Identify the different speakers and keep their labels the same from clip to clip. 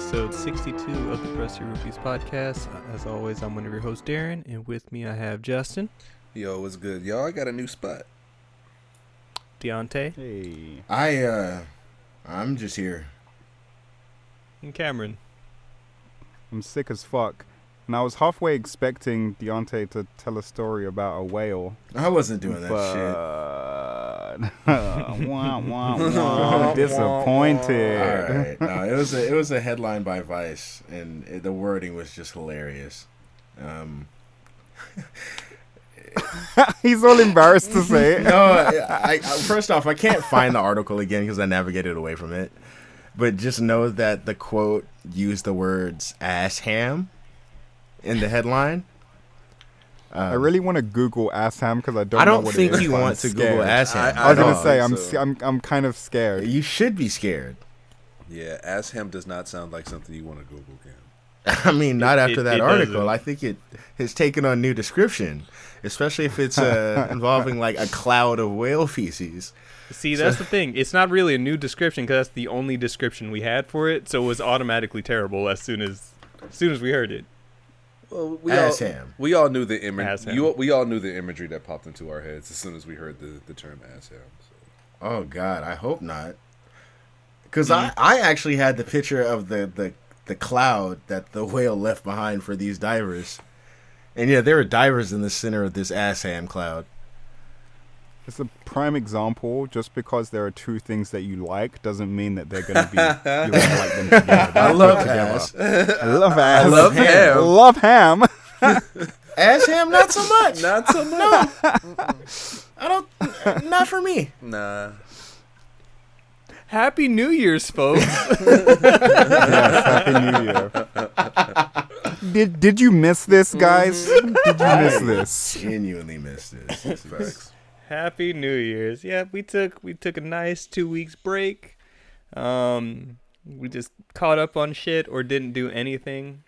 Speaker 1: 62 of the Rusty Rupees podcast. Uh, As always, I'm one of your hosts, Darren, and with me I have Justin,
Speaker 2: Yo, what's good, y'all? I got a new spot.
Speaker 1: Deontay,
Speaker 3: Hey.
Speaker 2: I uh, I'm just here.
Speaker 1: and Cameron.
Speaker 3: I'm sick as fuck. And I was halfway expecting Deontay to tell a story about a whale.
Speaker 2: I wasn't doing that
Speaker 3: but wah, wah, wah. disappointed.
Speaker 2: shit. All right, no, it was a it was a headline by Vice, and it, the wording was just hilarious. Um,
Speaker 3: He's all embarrassed to say it.
Speaker 2: no, I, I, first off, I can't find the article again because I navigated away from it. But just know that the quote used the words "ass ham" in the headline.
Speaker 3: I really want to Google ass ham because I don't.
Speaker 2: I
Speaker 3: know
Speaker 2: don't
Speaker 3: what it
Speaker 2: think
Speaker 3: is,
Speaker 2: you
Speaker 3: but I'm
Speaker 2: want to
Speaker 3: scared.
Speaker 2: Google ass ham.
Speaker 3: I was
Speaker 2: at
Speaker 3: gonna
Speaker 2: all.
Speaker 3: say
Speaker 4: so-
Speaker 3: I'm, s- I'm I'm kind of scared.
Speaker 2: You should be scared.
Speaker 4: Yeah, ass ham does not sound like something you want to Google, Cam.
Speaker 2: I mean, not after
Speaker 1: it-
Speaker 2: that
Speaker 1: it
Speaker 2: article.
Speaker 1: doesn't.
Speaker 2: I think it has taken on new description, especially if it's uh, involving like a cloud of whale feces.
Speaker 1: See, that's the thing. It's not really a new description because that's the only description we had for it, so it was automatically terrible as soon as, as soon as we heard it.
Speaker 4: Well, we
Speaker 2: Ass
Speaker 4: all,
Speaker 2: ham.
Speaker 4: We all knew the
Speaker 1: Ass
Speaker 4: image.
Speaker 1: ham.
Speaker 4: You, we all knew the imagery that popped into our heads as soon as we heard the, the term ass ham. So.
Speaker 2: Oh God, I hope not. Because I, I actually had the picture of the, the the cloud that the whale left behind for these divers, and yeah, there are divers in the center of this ass ham cloud.
Speaker 3: It's a prime example. Just because there are two things that you like doesn't mean that they're gonna be. you're gonna like them together.
Speaker 2: I
Speaker 3: They're
Speaker 2: love
Speaker 3: put together.
Speaker 2: ass.
Speaker 3: I love ass. I
Speaker 2: love ham.
Speaker 3: Love ham.
Speaker 2: ass ham, not so much.
Speaker 4: Not so much.
Speaker 2: I don't. Not for me.
Speaker 4: nah.
Speaker 1: Happy New Year's, folks!
Speaker 3: yes, happy new year. Did did you miss this, guys?
Speaker 2: Mm-hmm.
Speaker 3: Did you miss this?
Speaker 2: Genuinely missed this. This is-
Speaker 4: Facts.
Speaker 1: Happy New Year's. Yeah, we took we took a nice two weeks break. Um, we just caught up on shit or didn't do anything,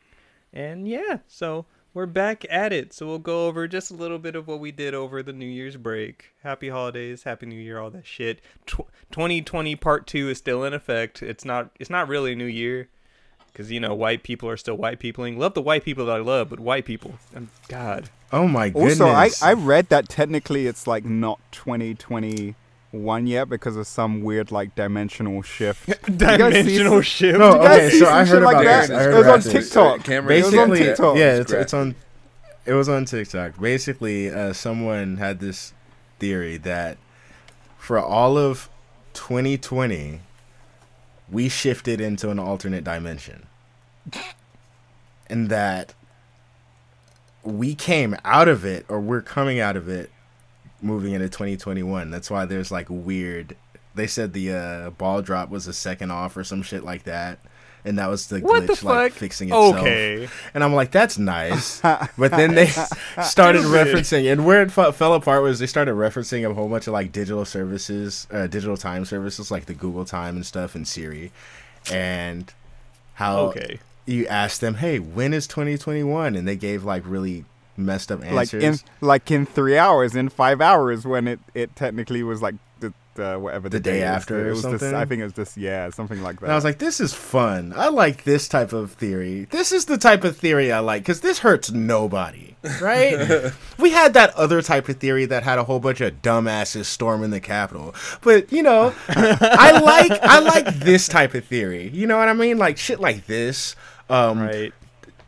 Speaker 1: and yeah, so we're back at it. So we'll go over just a little bit of what we did over the New Year's break. Happy holidays, Happy New Year, all that shit. Tw- 2020 Part Two is still in effect. It's not it's not really a new year. Cause you know white people are still white peopling. Love the white people that I love, but white people, um, God,
Speaker 2: Oh my goodness.
Speaker 3: Also, I, I read that technically it's like not 2021 yet because of some weird like dimensional shift. Did you guys see
Speaker 1: dimensional
Speaker 3: some-
Speaker 1: shift.
Speaker 2: No,
Speaker 3: Did you guys
Speaker 2: Okay,
Speaker 3: see
Speaker 2: so
Speaker 3: some
Speaker 2: I heard
Speaker 3: shit like
Speaker 2: about
Speaker 3: that?
Speaker 2: this. I heard
Speaker 3: It was on
Speaker 2: about this.
Speaker 3: TikTok.
Speaker 4: Cameron,
Speaker 3: It was on
Speaker 2: basically,
Speaker 3: TikTok.
Speaker 2: yeah,
Speaker 4: It's
Speaker 2: it's, it's on. It was on TikTok. Basically, uh, someone had this theory that for all of 2020, we shifted into an alternate dimension, and that we came out of it, or we're coming out of it, moving into 2021. That's why there's like weird. They said the uh, ball drop was a second off or some shit like that, and that was the
Speaker 1: What the
Speaker 2: glitch like
Speaker 1: fuck?
Speaker 2: fixing itself.
Speaker 1: Okay.
Speaker 2: And I'm like, that's nice. But then they
Speaker 1: Stupid.
Speaker 2: started referencing, and where it fe- fell apart was they started referencing a whole bunch of like digital services, uh, digital time services like the Google Time and stuff and Siri, and how
Speaker 1: Okay.
Speaker 2: you asked them, hey, when is 2021? And they gave like really messed up
Speaker 3: Like
Speaker 2: answers.
Speaker 3: in like in three hours, in five hours, when it, it technically was like the, the whatever the,
Speaker 2: The day
Speaker 3: is.
Speaker 2: after
Speaker 3: It
Speaker 2: or
Speaker 3: was this-
Speaker 2: something?
Speaker 3: I think it was this. Yeah, something like that.
Speaker 2: and I was like, this is fun. I like this type of theory. This is the type of theory I like because this hurts nobody, right? we had that other type of theory that had a whole bunch of dumbasses storming the Capitol, but you know, I like I like this type of theory. You know what I mean? Like shit like this. Um,
Speaker 1: Right.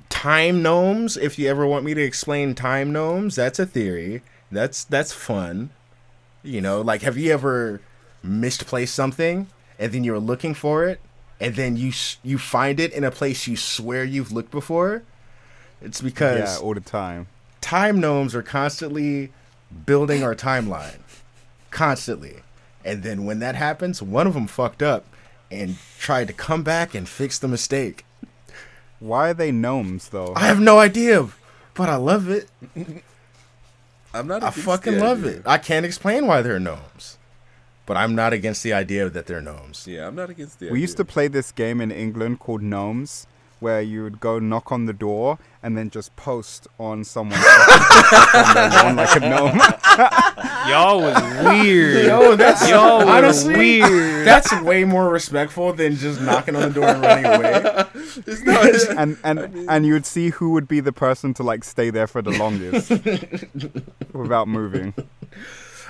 Speaker 2: time gnomes. If you ever want me to explain time gnomes, that's a theory. That's that's fun. You know, like have you ever misplaced something and then you're looking for it and then you s- you find it in a place you swear you've looked before? It's
Speaker 3: yeah,
Speaker 2: because
Speaker 3: all the time.
Speaker 2: time gnomes are constantly building our timeline constantly and then when that happens one of them fucked up and tried to come back and fix the mistake
Speaker 3: Why are they gnomes though?
Speaker 2: i have no idea but i love it
Speaker 4: I'm not.
Speaker 2: I
Speaker 4: against
Speaker 2: fucking
Speaker 4: the
Speaker 2: love
Speaker 4: idea.
Speaker 2: it. I can't explain why they're gnomes, but I'm not against the idea that they're gnomes.
Speaker 4: Yeah, I'm not against the.
Speaker 3: We used to play this game in England called Gnomes, where you would go knock on the door and then just post on someone's on their lawn like a gnome.
Speaker 1: Y'all was weird.
Speaker 2: Yo, that's
Speaker 1: Y'all were
Speaker 2: honestly
Speaker 1: weird.
Speaker 2: That's way more respectful than just knocking on the door and running away.
Speaker 4: It's not.
Speaker 3: and and and you would see who would be the person to like stay there for the longest without moving.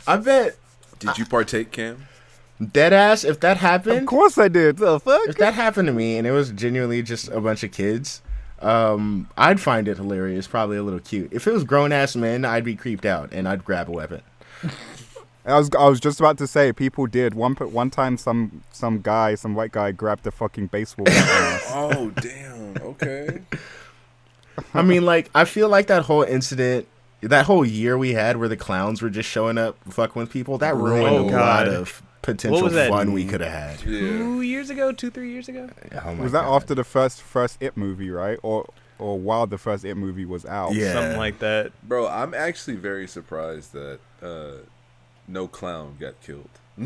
Speaker 2: I bet
Speaker 4: Did you partake, Cam?
Speaker 2: deadass if that happened,
Speaker 3: Of course I did. The fuck.
Speaker 2: if that happened to me and it was genuinely just a bunch of kids, um, I'd find it hilarious, probably a little cute. If it was grown ass men, I'd be creeped out and I'd grab a weapon.
Speaker 3: I was I was just about to say people did one p- one time some some guy some white guy grabbed a fucking baseball bat from us.
Speaker 4: Oh damn. Okay.
Speaker 2: I mean, like, I feel like that whole incident, that whole year we had where the clowns were just showing up fucking with people, that ruined
Speaker 1: Oh,
Speaker 2: a lot
Speaker 1: God.
Speaker 2: of potential
Speaker 1: was that?
Speaker 2: fun we could have had.
Speaker 4: Yeah.
Speaker 1: Two years ago, two, three years ago.
Speaker 2: Oh my
Speaker 3: Was that
Speaker 2: God.
Speaker 3: after the first first It movie right or or while the first It movie was out?
Speaker 2: Yeah.
Speaker 1: Something like that.
Speaker 4: Bro, I'm actually very surprised that uh, no clown got killed.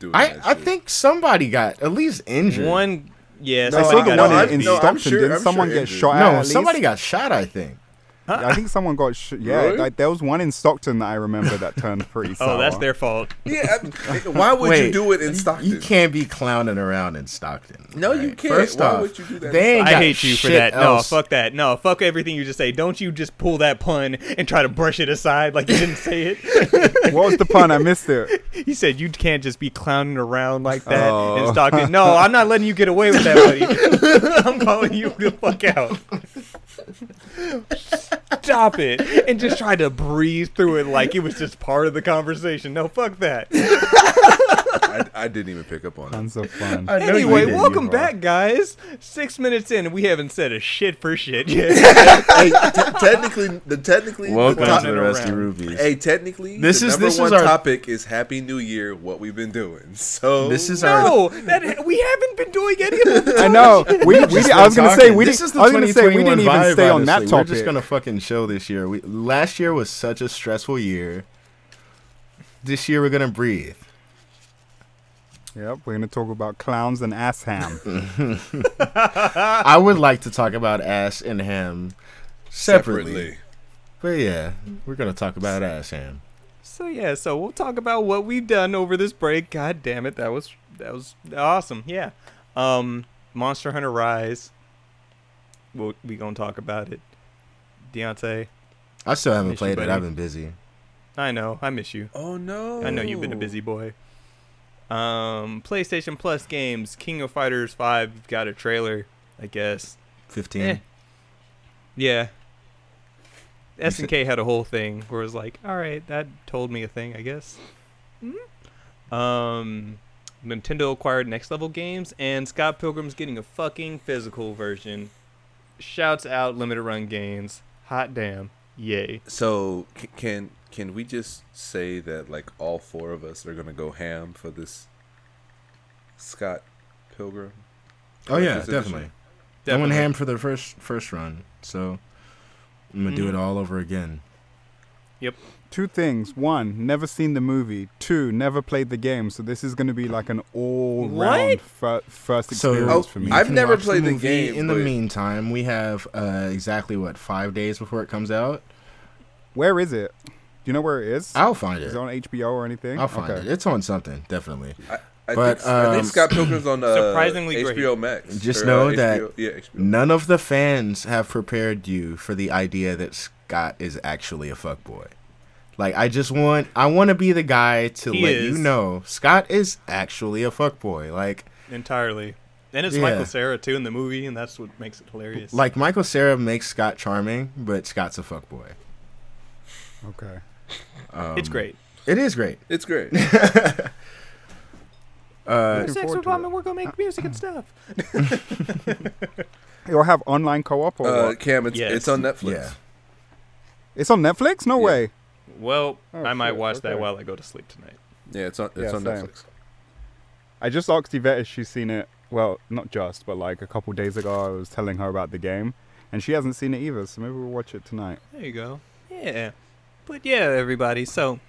Speaker 4: Doing
Speaker 2: I,
Speaker 4: that
Speaker 2: I
Speaker 4: shit.
Speaker 2: think somebody got at least injured.
Speaker 1: One, yeah.
Speaker 4: No,
Speaker 3: I
Speaker 1: somebody
Speaker 3: saw the
Speaker 1: got
Speaker 3: one
Speaker 1: out
Speaker 3: in,
Speaker 1: of
Speaker 3: in
Speaker 1: the
Speaker 4: no, I'm
Speaker 3: Stockton.
Speaker 4: sure-
Speaker 3: Didn't
Speaker 4: I'm
Speaker 3: someone
Speaker 4: sure
Speaker 3: get
Speaker 4: it did.
Speaker 3: shot? at
Speaker 2: no,
Speaker 3: at least?
Speaker 2: somebody got shot, I think.
Speaker 3: I think someone got sh- yeah.
Speaker 4: Really?
Speaker 3: Like, there was one in Stockton that I remember that turned pretty.
Speaker 1: Oh, that's
Speaker 3: sour.
Speaker 1: their fault.
Speaker 4: Yeah. I- why would you
Speaker 2: Wait,
Speaker 4: do it in
Speaker 2: you-
Speaker 4: Stockton?
Speaker 2: You can't be clowning around in Stockton.
Speaker 4: No, you
Speaker 2: Alright,
Speaker 4: can't.
Speaker 2: First
Speaker 4: Why
Speaker 2: off,
Speaker 4: would you do that in
Speaker 2: They ain't
Speaker 1: I
Speaker 2: got
Speaker 1: hate you for
Speaker 2: shit
Speaker 1: that.
Speaker 2: Else.
Speaker 1: No, fuck that. No, fuck everything you just say. Don't you just pull that pun and try to brush it aside like you didn't say it.
Speaker 3: What was the pun? I missed it.
Speaker 1: he said you can't just be clowning around like that and
Speaker 3: Oh.
Speaker 1: in Stockton. No, I'm not letting you get away with that, buddy. I'm calling you the fuck out. Stop it. And just try to breeze through it like it was just part of the conversation. No, fuck that.
Speaker 4: I, I didn't even pick up on it.
Speaker 3: Tons of fun.
Speaker 2: I know you
Speaker 1: Anyway,
Speaker 2: did, you
Speaker 1: welcome
Speaker 3: whore.
Speaker 1: back, guys. Six minutes in, and we haven't said a shit for shit yet.
Speaker 4: hey, te- technically, the technically,
Speaker 2: Welcome
Speaker 4: the
Speaker 1: Clowning
Speaker 2: to the Rusty
Speaker 1: around.
Speaker 2: Rubies.
Speaker 4: Hey, technically,
Speaker 2: This
Speaker 4: the
Speaker 2: is-
Speaker 4: number
Speaker 2: this
Speaker 4: one
Speaker 2: is our-
Speaker 4: topic is Happy New Year. What we've been doing. So
Speaker 2: This is our.
Speaker 1: no, that we haven't been doing any of the
Speaker 3: I know. We, we, I was gonna say we
Speaker 2: This
Speaker 3: didn't.
Speaker 2: is the
Speaker 3: I was gonna say we didn't
Speaker 2: 2021
Speaker 3: even
Speaker 2: vibe,
Speaker 3: stay on that
Speaker 2: honestly.
Speaker 3: topic.
Speaker 2: We're just gonna fucking show this year. We last year was such a stressful year. This year we're gonna breathe.
Speaker 3: Yep, we're gonna talk about clowns and ass ham.
Speaker 2: I would like to talk about ass and ham separately,
Speaker 4: separately.
Speaker 2: but yeah, we're gonna talk about ass ham.
Speaker 1: So yeah, so we'll talk about what we've done over this break. God damn it, that was that was awesome. Yeah. Um Monster Hunter Rise. We'll, we gonna talk about it. Deontay,
Speaker 2: I still haven't
Speaker 1: Miss you,
Speaker 2: played it.
Speaker 1: buddy.
Speaker 2: I've been busy.
Speaker 1: I know, I miss you.
Speaker 4: Oh no!
Speaker 1: I know you've been a busy boy. Um PlayStation Plus games, King of Fighters Five got a trailer, I guess.
Speaker 2: Fifteen.
Speaker 1: Eh. Yeah. S and
Speaker 2: said-
Speaker 1: K had a whole thing where it was like, all right, that told me a thing, I guess. Mm. Um, Nintendo acquired Next Level Games, and Scott Pilgrim's getting a fucking physical version. Shouts out Limited Run Games. Hot damn. Yay.
Speaker 4: So c- can can we just say that like all four of us are gonna go ham for this Scott Pilgrim?
Speaker 2: Oh yeah,
Speaker 4: Collector's edition?
Speaker 2: definitely. I went ham for the first first run, so I'm gonna do it all over again.
Speaker 3: Two things: one, never seen the movie; two, never played the game. So this is gonna be like an all-round
Speaker 1: What?
Speaker 3: fir- first
Speaker 2: So-
Speaker 3: experience
Speaker 4: Oh,
Speaker 3: for me.
Speaker 2: You
Speaker 4: I've
Speaker 2: can
Speaker 4: never
Speaker 2: watch
Speaker 4: played the
Speaker 2: movie.
Speaker 4: game,
Speaker 2: In the
Speaker 4: but-
Speaker 2: meantime, we have uh, exactly what five days before it comes out.
Speaker 3: Where is it? Do you know where it is?
Speaker 2: I'll find
Speaker 3: Is
Speaker 2: it.
Speaker 3: it on HBO or anything?
Speaker 2: I'll find
Speaker 3: Okay.
Speaker 2: it. It's on something, definitely.
Speaker 4: I,
Speaker 2: But,
Speaker 4: think, I think
Speaker 2: um,
Speaker 4: Scott Pilgrim's on uh,
Speaker 1: Surprisingly great.
Speaker 4: HBO Max.
Speaker 2: Just
Speaker 4: or,
Speaker 2: know
Speaker 4: uh,
Speaker 2: that-
Speaker 4: HBO yeah, HBO.
Speaker 2: None of the fans have prepared you for the idea that Scott is actually a fuckboy. Like I just want I want to be the guy to
Speaker 1: He
Speaker 2: let you
Speaker 1: is.
Speaker 2: know Scott is actually a fuckboy. Like
Speaker 1: Entirely. And it's
Speaker 2: Yeah.
Speaker 1: Michael Sarah, too, in the movie, and that's what makes it hilarious.
Speaker 2: like Michael Sarah makes Scott charming, but Scott's a fuckboy.
Speaker 3: Okay.
Speaker 2: Um,
Speaker 1: it's great.
Speaker 2: It is great.
Speaker 4: It's great.
Speaker 2: Uh,
Speaker 3: Looking
Speaker 1: Sex
Speaker 3: forward
Speaker 1: with
Speaker 3: to
Speaker 1: Mom,
Speaker 3: it.
Speaker 1: and we're going to make music and stuff.
Speaker 3: You'll have online co-op or
Speaker 4: Uh,
Speaker 3: what?
Speaker 4: Cam, it's,
Speaker 1: Yes.
Speaker 4: it's on Netflix.
Speaker 2: yeah.
Speaker 3: It's on Netflix? No
Speaker 4: yeah.
Speaker 3: way.
Speaker 1: Well,
Speaker 3: Oh,
Speaker 1: I might
Speaker 3: shit,
Speaker 1: watch that
Speaker 3: okay.
Speaker 1: while I go to sleep tonight.
Speaker 4: Yeah, it's on it's
Speaker 3: Yeah,
Speaker 4: on
Speaker 3: same.
Speaker 4: Netflix.
Speaker 3: I just asked Yvette if she's seen it. Well, not just, but like a couple days ago, I was telling her about the game, and she hasn't seen it either. So maybe we'll watch it tonight.
Speaker 1: There you go. Yeah. But yeah, everybody. So,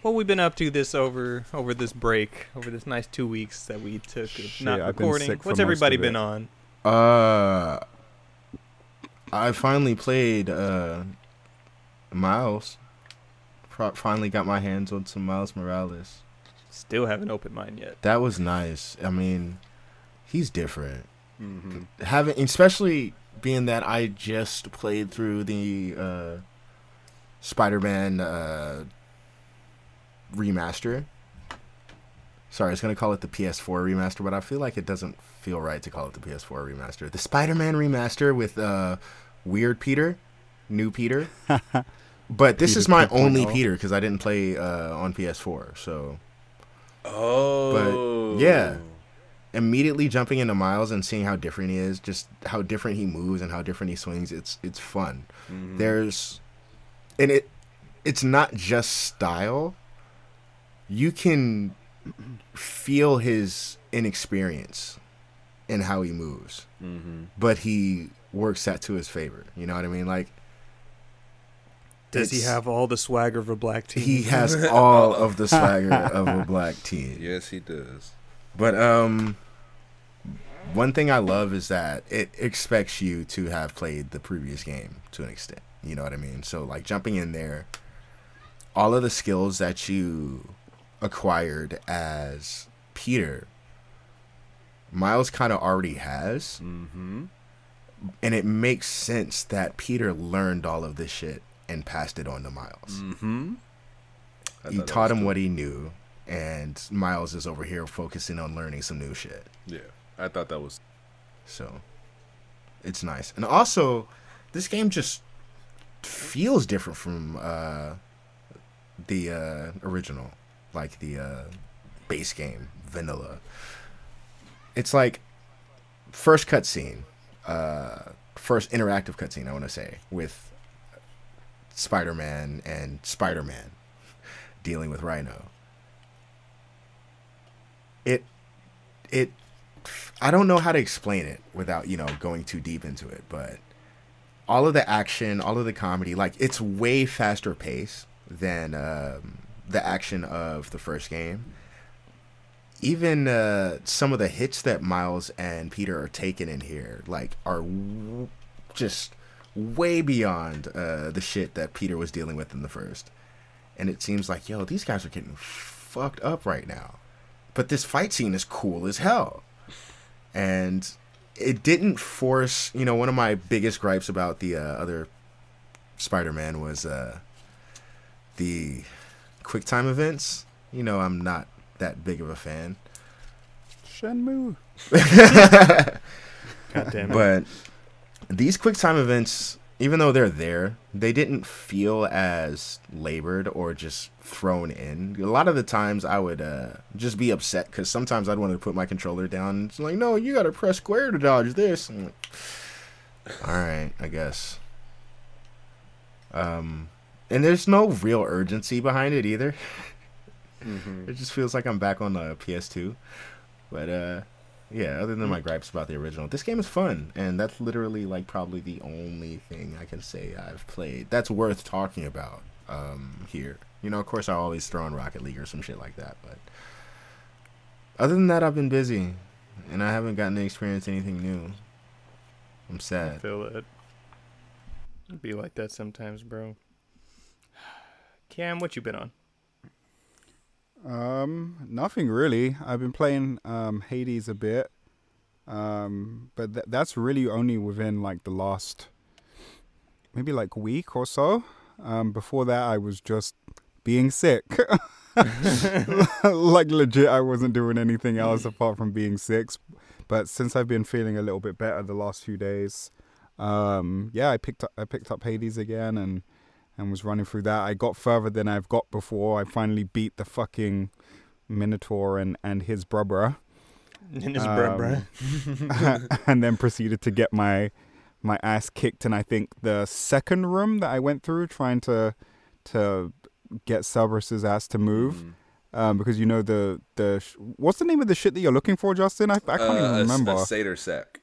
Speaker 1: what we've been up to this over over this break, over this nice two weeks that we took of
Speaker 3: Shit,
Speaker 1: not
Speaker 3: I've been
Speaker 1: recording.
Speaker 3: sick for
Speaker 1: What's
Speaker 3: most
Speaker 1: everybody
Speaker 3: of it.
Speaker 1: been on?
Speaker 2: Uh, I finally played uh, Miles. Pro- finally got my hands on some Miles Morales.
Speaker 1: Still haven't opened mine yet.
Speaker 2: That was nice. I mean, he's different.
Speaker 4: hmm
Speaker 2: Having, especially being that I just played through the uh, Spider-Man uh, remaster. Sorry, I was gonna call it the PS4 remaster, but I feel like it doesn't feel right to call it the PS4 remaster. The Spider-Man remaster with uh, Weird Peter, New Peter. but this
Speaker 3: Peter
Speaker 2: is my
Speaker 3: 2.0.
Speaker 2: only Peter because I didn't play uh, on PS4, so.
Speaker 4: Oh,
Speaker 2: yeah. immediately jumping into Miles and seeing how different he is, just how different he moves and how different he swings, it's it's fun.
Speaker 4: Mhm.
Speaker 2: There's and it it's not just style. You can feel his inexperience in how he moves,
Speaker 4: Mhm.
Speaker 2: but he works that to his favor. You know what I mean? Like
Speaker 1: Does he
Speaker 2: It's-
Speaker 1: have all the swagger of a black team?
Speaker 2: he has all of the swagger of a black teen.
Speaker 4: Yes, he does.
Speaker 2: But um one thing I love is that it expects you to have played the previous game to an extent. You know what I mean? So like jumping in there, all of the skills that you acquired as Peter, Miles kind of already has,
Speaker 4: Mm-hmm.
Speaker 2: and it makes sense that Peter learned all of this shit and passed it on to Miles
Speaker 4: Mm-hmm.
Speaker 2: he taught him what he knew, and Miles is over here focusing on learning some new shit.
Speaker 4: Yeah, I thought that was.
Speaker 2: So it's nice. And also, this game just feels different from uh, the uh, original, like the uh, base game, vanilla. It's like first cutscene, uh, first interactive cutscene, I want to say, with Spider Man and Spider Man dealing with Rhino. It, it, I don't know how to explain it without, you know, going too deep into it, but all of the action, all of the comedy, like it's way faster pace than um, the action of the first game. Even uh, some of the hits that Miles and Peter are taking in here, like, are w- just way beyond uh, the shit that Peter was dealing with in the first. And it seems like, yo, these guys are getting fucked up right now. But this fight scene is cool as hell and it didn't force you know one of my biggest gripes about the uh, other spider-man was uh the quick time events you know i'm not that big of a fan
Speaker 3: Shenmue.
Speaker 1: God damn it.
Speaker 2: but these quick time events even though they're there they didn't feel as labored or just thrown in a lot of the times i would uh, just be upset because sometimes i'd want to put my controller down and it's like no you gotta press square to dodge this I'm like, all right i guess um and there's no real urgency behind it either
Speaker 4: Mm-hmm.
Speaker 2: it just feels like I'm back on the PS2. But uh yeah, other than my gripes about the original, this game is fun, and that's literally like probably the only thing I can say I've played that's worth talking about um here. You know, of course I always throw in Rocket League or some shit like that, but other than that I've been busy and I haven't gotten to experience anything new. I'm
Speaker 1: I
Speaker 2: sad.
Speaker 1: feel it. It'd Be like that sometimes, bro. Cam, what you been on?
Speaker 3: Um, nothing really. I've been playing um, Hades a bit, um, but th- that's really only within like the last maybe like week or so. Um, before that, I was just being sick. like legit, I wasn't doing anything else apart from being sick. But since I've been feeling a little bit better the last few days, um, yeah, I picked up I picked up Hades again and and was running through that. I got further than I've got before. I finally beat the fucking Minotaur and, and his brother.
Speaker 1: In his
Speaker 3: Um,
Speaker 1: bruh, bruh.
Speaker 3: and then proceeded to get my my ass kicked in I think the second room that I went through trying to to get Cerberus's ass to move.
Speaker 4: mm-hmm. Mm.
Speaker 3: Um, because you know the the sh- what's the name of the shit that you're looking for, Justin? I, I can't even remember.
Speaker 4: Uh, A, satyr sack.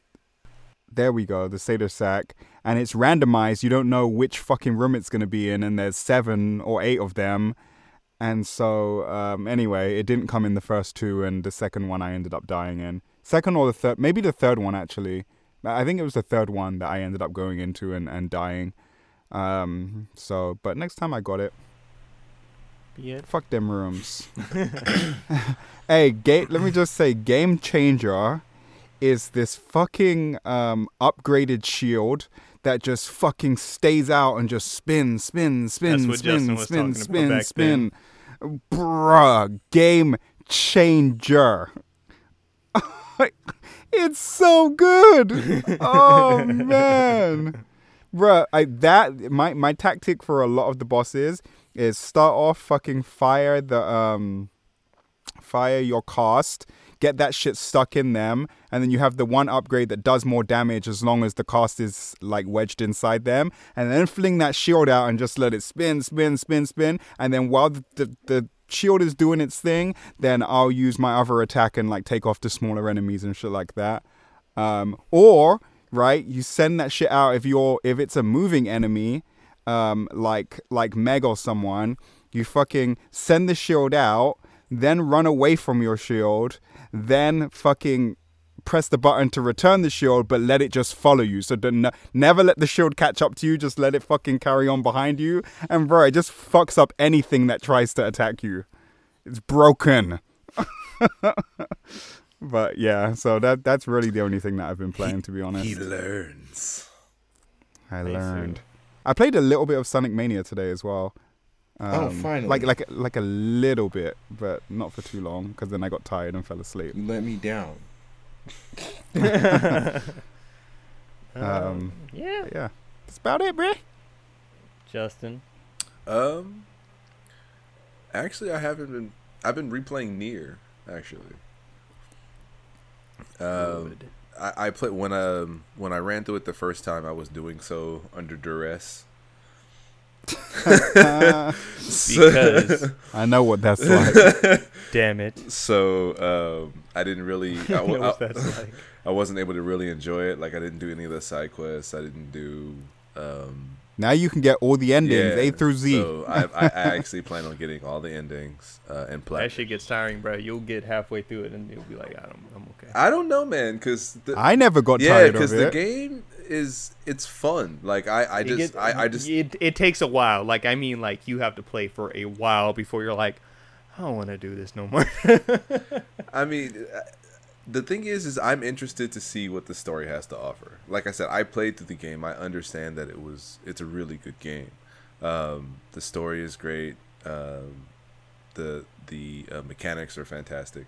Speaker 3: There we go, the Seder sack. And it's randomized. You don't know which fucking room it's going to be in, and there's seven or eight of them. And so, um, anyway, it didn't come in the first two, and the second one I ended up dying in. Second or the third, maybe the third one actually. I think it was the third one that I ended up going into and, and dying. Um, so, but next time I got it,
Speaker 1: Yeah.
Speaker 3: fuck them rooms. hey, gate. Let me just say, game changer is this fucking um, upgraded shield that just fucking stays out and just spin, spin, spin,
Speaker 1: what Justin
Speaker 3: spin,
Speaker 1: was
Speaker 3: spin,
Speaker 1: talking about
Speaker 3: spin,
Speaker 1: back
Speaker 3: spin. Bruh, game changer. it's so good. oh man. Bruh, I that my my tactic for a lot of the bosses is start off fucking fire the um fire your cast, get that shit stuck in them, and then you have the one upgrade that does more damage as long as the cast is like wedged inside them, and then fling that shield out and just let it spin, spin, spin, spin, and then while the the, the shield is doing its thing, then I'll use my other attack and like take off the smaller enemies and shit like that. Um, or right, you send that shit out if you're if it's a moving enemy, um, like like Meg or someone, you fucking send the shield out, then run away from your shield, then fucking press the button to return the shield, but let it just follow you. So do n- never let the shield catch up to you. Just let it fucking carry on behind you. And bro, it just fucks up anything that tries to attack you. It's broken. but yeah, so that that's really the only thing that I've been playing, to be honest.
Speaker 4: He learns.
Speaker 3: I
Speaker 1: Basically.
Speaker 3: learned. I played a little bit of Sonic Mania today as well. Um,
Speaker 2: Oh, finally.
Speaker 3: Like like like a little bit, but not for too long because then I got tired and fell asleep.
Speaker 2: You let me down.
Speaker 4: Oh,
Speaker 3: Um,
Speaker 1: yeah.
Speaker 3: but yeah, that's about it, bruh.
Speaker 1: Justin.
Speaker 4: Um, actually, I haven't been. I've been replaying near. Actually, um,
Speaker 1: Good.
Speaker 4: I, I played when um when I ran through it the first time. I was doing so under duress. So-
Speaker 1: Because,
Speaker 3: I know what that's like.
Speaker 1: damn it.
Speaker 4: so um, I didn't really. I,
Speaker 1: I know
Speaker 4: I,
Speaker 1: what that's like.
Speaker 4: I wasn't able to really enjoy it. Like I didn't do any of the side quests. I didn't do. Um,
Speaker 3: now you can get all the endings, A through Z.
Speaker 4: So I, I, I actually plan on getting all the endings uh, and
Speaker 1: That
Speaker 4: platinum.
Speaker 1: shit gets tiring, bro. You'll get halfway through it and you'll be like, I don't, I'm okay.
Speaker 4: I don't know, man, because
Speaker 3: I never got
Speaker 4: yeah,
Speaker 3: tired of
Speaker 4: because
Speaker 3: it.
Speaker 4: the game is it's fun. Like I, I
Speaker 1: It
Speaker 4: just,
Speaker 1: gets-
Speaker 4: I, I just,
Speaker 1: it, it takes a while. Like I mean, like you have to play for a while before you're like, I don't want to do this no more.
Speaker 4: I mean, uh, the thing is, is I'm interested to see what the story has to offer. Like I said, I played through the game. I understand that it was, it's a really good game. Um, the story is great. Um, the the uh, mechanics are fantastic.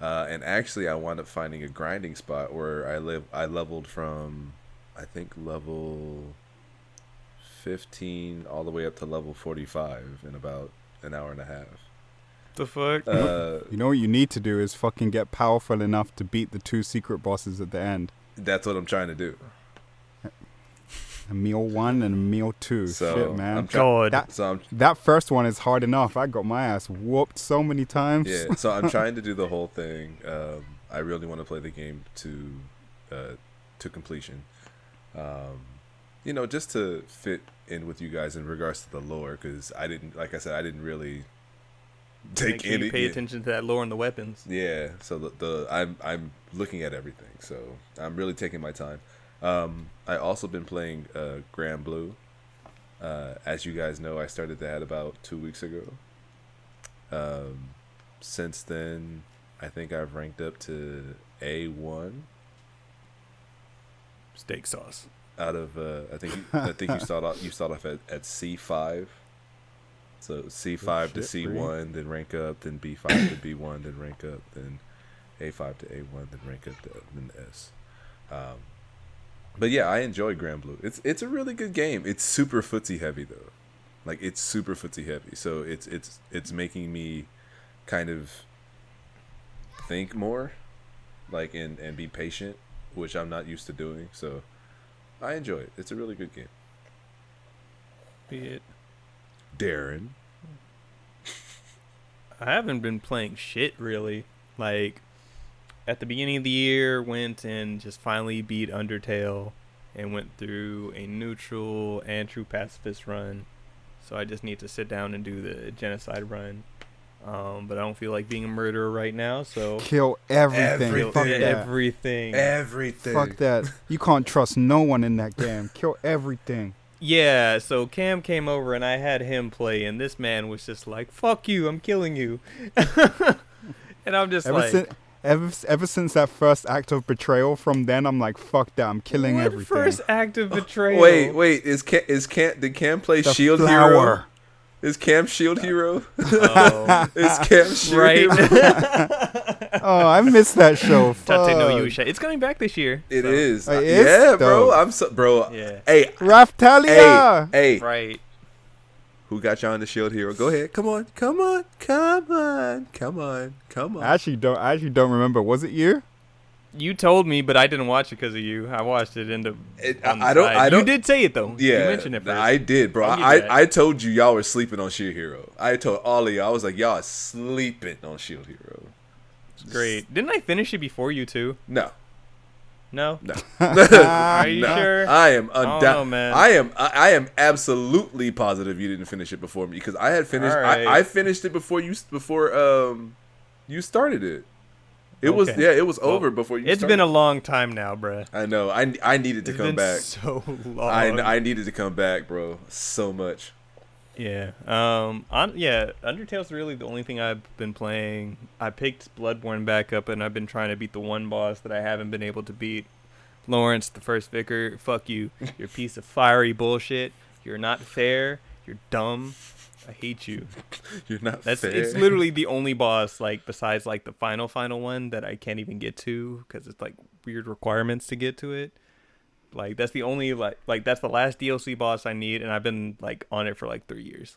Speaker 4: Uh, and actually, I wound up finding a grinding spot where I live. I leveled from, I think level fifteen all the way up to level forty-five in about an hour and a half.
Speaker 1: the fuck?
Speaker 4: Uh,
Speaker 3: you know what you need to do is fucking get powerful enough to beat the two secret bosses at the end.
Speaker 4: that's what I'm trying to do.
Speaker 3: A meal one and a meal two.
Speaker 4: So,
Speaker 3: Shit, man.
Speaker 4: I'm try-
Speaker 1: God.
Speaker 3: That-
Speaker 4: So I'm
Speaker 3: that first one is hard enough. I got my ass whooped so many times.
Speaker 4: yeah. So I'm trying to do the whole thing. Um, I really want to play the game to uh, to completion. Um, you know, just to fit in with you guys in regards to the lore, because I didn't, like I said, I didn't really
Speaker 1: Make
Speaker 4: take
Speaker 1: sure
Speaker 4: any.
Speaker 1: you pay attention to that lore and the weapons.
Speaker 4: Yeah. So the, the I'm I'm looking at everything. So I'm really taking my time. Um, I also been playing uh, Grand Blue. Uh, as you guys know, I started that about two weeks ago. Um, since then, I think I've ranked up to A one
Speaker 1: Steak sauce.
Speaker 4: out of uh, I think you, I think you start off you start off at, at C five. So C five to
Speaker 3: shit,
Speaker 4: C one, then rank up, then B five to B one, then rank up, then A five to A one, then rank up to then S. Um, but yeah, I enjoy Grand Blue. It's it's a really good game. It's super footsie heavy though, like it's super footsie heavy. So it's it's it's making me kind of think more, like and and be patient, which I'm not used to doing. So I enjoy it. It's a really good game.
Speaker 1: Be it.
Speaker 4: Darren.
Speaker 1: I haven't been playing shit really. Like at the beginning of the year, went and just finally beat Undertale, and went through a neutral and true pacifist run. So I just need to sit down and do the genocide run. Um, but I don't feel like being a murderer right now, so
Speaker 3: Kill everything.
Speaker 1: kill
Speaker 3: Fuck
Speaker 4: Everything.
Speaker 3: that. Eh.
Speaker 1: everything.
Speaker 4: Everything.
Speaker 3: Fuck that. You can't trust no one in that game. Kill everything.
Speaker 1: Yeah, so Cam came over and I had him play, and this man was just like, "Fuck you, I'm killing you," and I'm just
Speaker 3: Ever
Speaker 1: like,
Speaker 3: since ever, ever since that first act of betrayal, from then I'm like, fuck that. I'm killing
Speaker 1: "What
Speaker 3: everything.
Speaker 1: first act of betrayal?"
Speaker 4: Wait, wait. Is Cam, is Cam, did Cam play
Speaker 3: The
Speaker 4: Shield Hero?
Speaker 3: flower.
Speaker 4: Is Cam Shield Hero?
Speaker 1: Oh,
Speaker 4: is Cam Shield
Speaker 1: right?
Speaker 4: Hero?
Speaker 3: Oh, I missed that show. Fuck.
Speaker 1: Tate no Yusha. It's coming back this year.
Speaker 4: It
Speaker 1: so,
Speaker 4: is.
Speaker 3: It is,
Speaker 4: yeah, bro.
Speaker 3: though.
Speaker 4: I'm so bro.
Speaker 1: Yeah.
Speaker 4: Hey, hey,
Speaker 3: Raftalia.
Speaker 4: hey.
Speaker 1: Right.
Speaker 4: Who got you on the Shield Hero? Go ahead. Come on. Come on. Come on. Come on. Come on.
Speaker 3: I actually don't. I actually don't remember. Was it you?
Speaker 1: You told me, but I didn't watch it because of you. I watched it in the.
Speaker 4: It-
Speaker 1: on the
Speaker 4: I- I don't-
Speaker 1: side.
Speaker 4: I
Speaker 1: You
Speaker 4: don't-
Speaker 1: did say it though.
Speaker 4: yeah,
Speaker 1: You mentioned it first.
Speaker 4: I did, bro.
Speaker 1: I'll give you that.
Speaker 4: I, I told you y'all were sleeping on Shield Hero. I told all of y'all. I was like, y'all are sleeping on Shield Hero.
Speaker 1: Great. Didn't I finish it before you too?
Speaker 4: No,
Speaker 1: No.
Speaker 4: no.
Speaker 1: Are you
Speaker 4: No,
Speaker 1: sure?
Speaker 4: I am
Speaker 1: don't
Speaker 4: undou-
Speaker 1: know, man.
Speaker 4: I am. I, I am absolutely positive you didn't finish it before me because I had finished.
Speaker 1: Alright.
Speaker 4: I, I finished it before you. Before um, you started it. It was
Speaker 1: Okay.
Speaker 4: yeah. It was
Speaker 1: Well,
Speaker 4: over before you.
Speaker 1: It's
Speaker 4: started.
Speaker 1: been a long time now, bruh.
Speaker 4: I know. I I needed to
Speaker 1: It's
Speaker 4: come
Speaker 1: been
Speaker 4: back.
Speaker 1: so long.
Speaker 4: I I needed to come back, bro. So much.
Speaker 1: Yeah. Um. On. Yeah. Undertale's really the only thing I've been playing. I picked Bloodborne back up, and I've been trying to beat the one boss that I haven't been able to beat. Lawrence, the first vicar. Fuck you. You're a piece of fiery bullshit. You're not fair. You're dumb. I hate you.
Speaker 4: You're not
Speaker 1: That's
Speaker 4: fair.
Speaker 1: it's literally the only boss like besides like the final final one that I can't even get to because it's like weird requirements to get to it. Like that's the only like like that's the last DLC boss I need, and I've been like on it for like three years.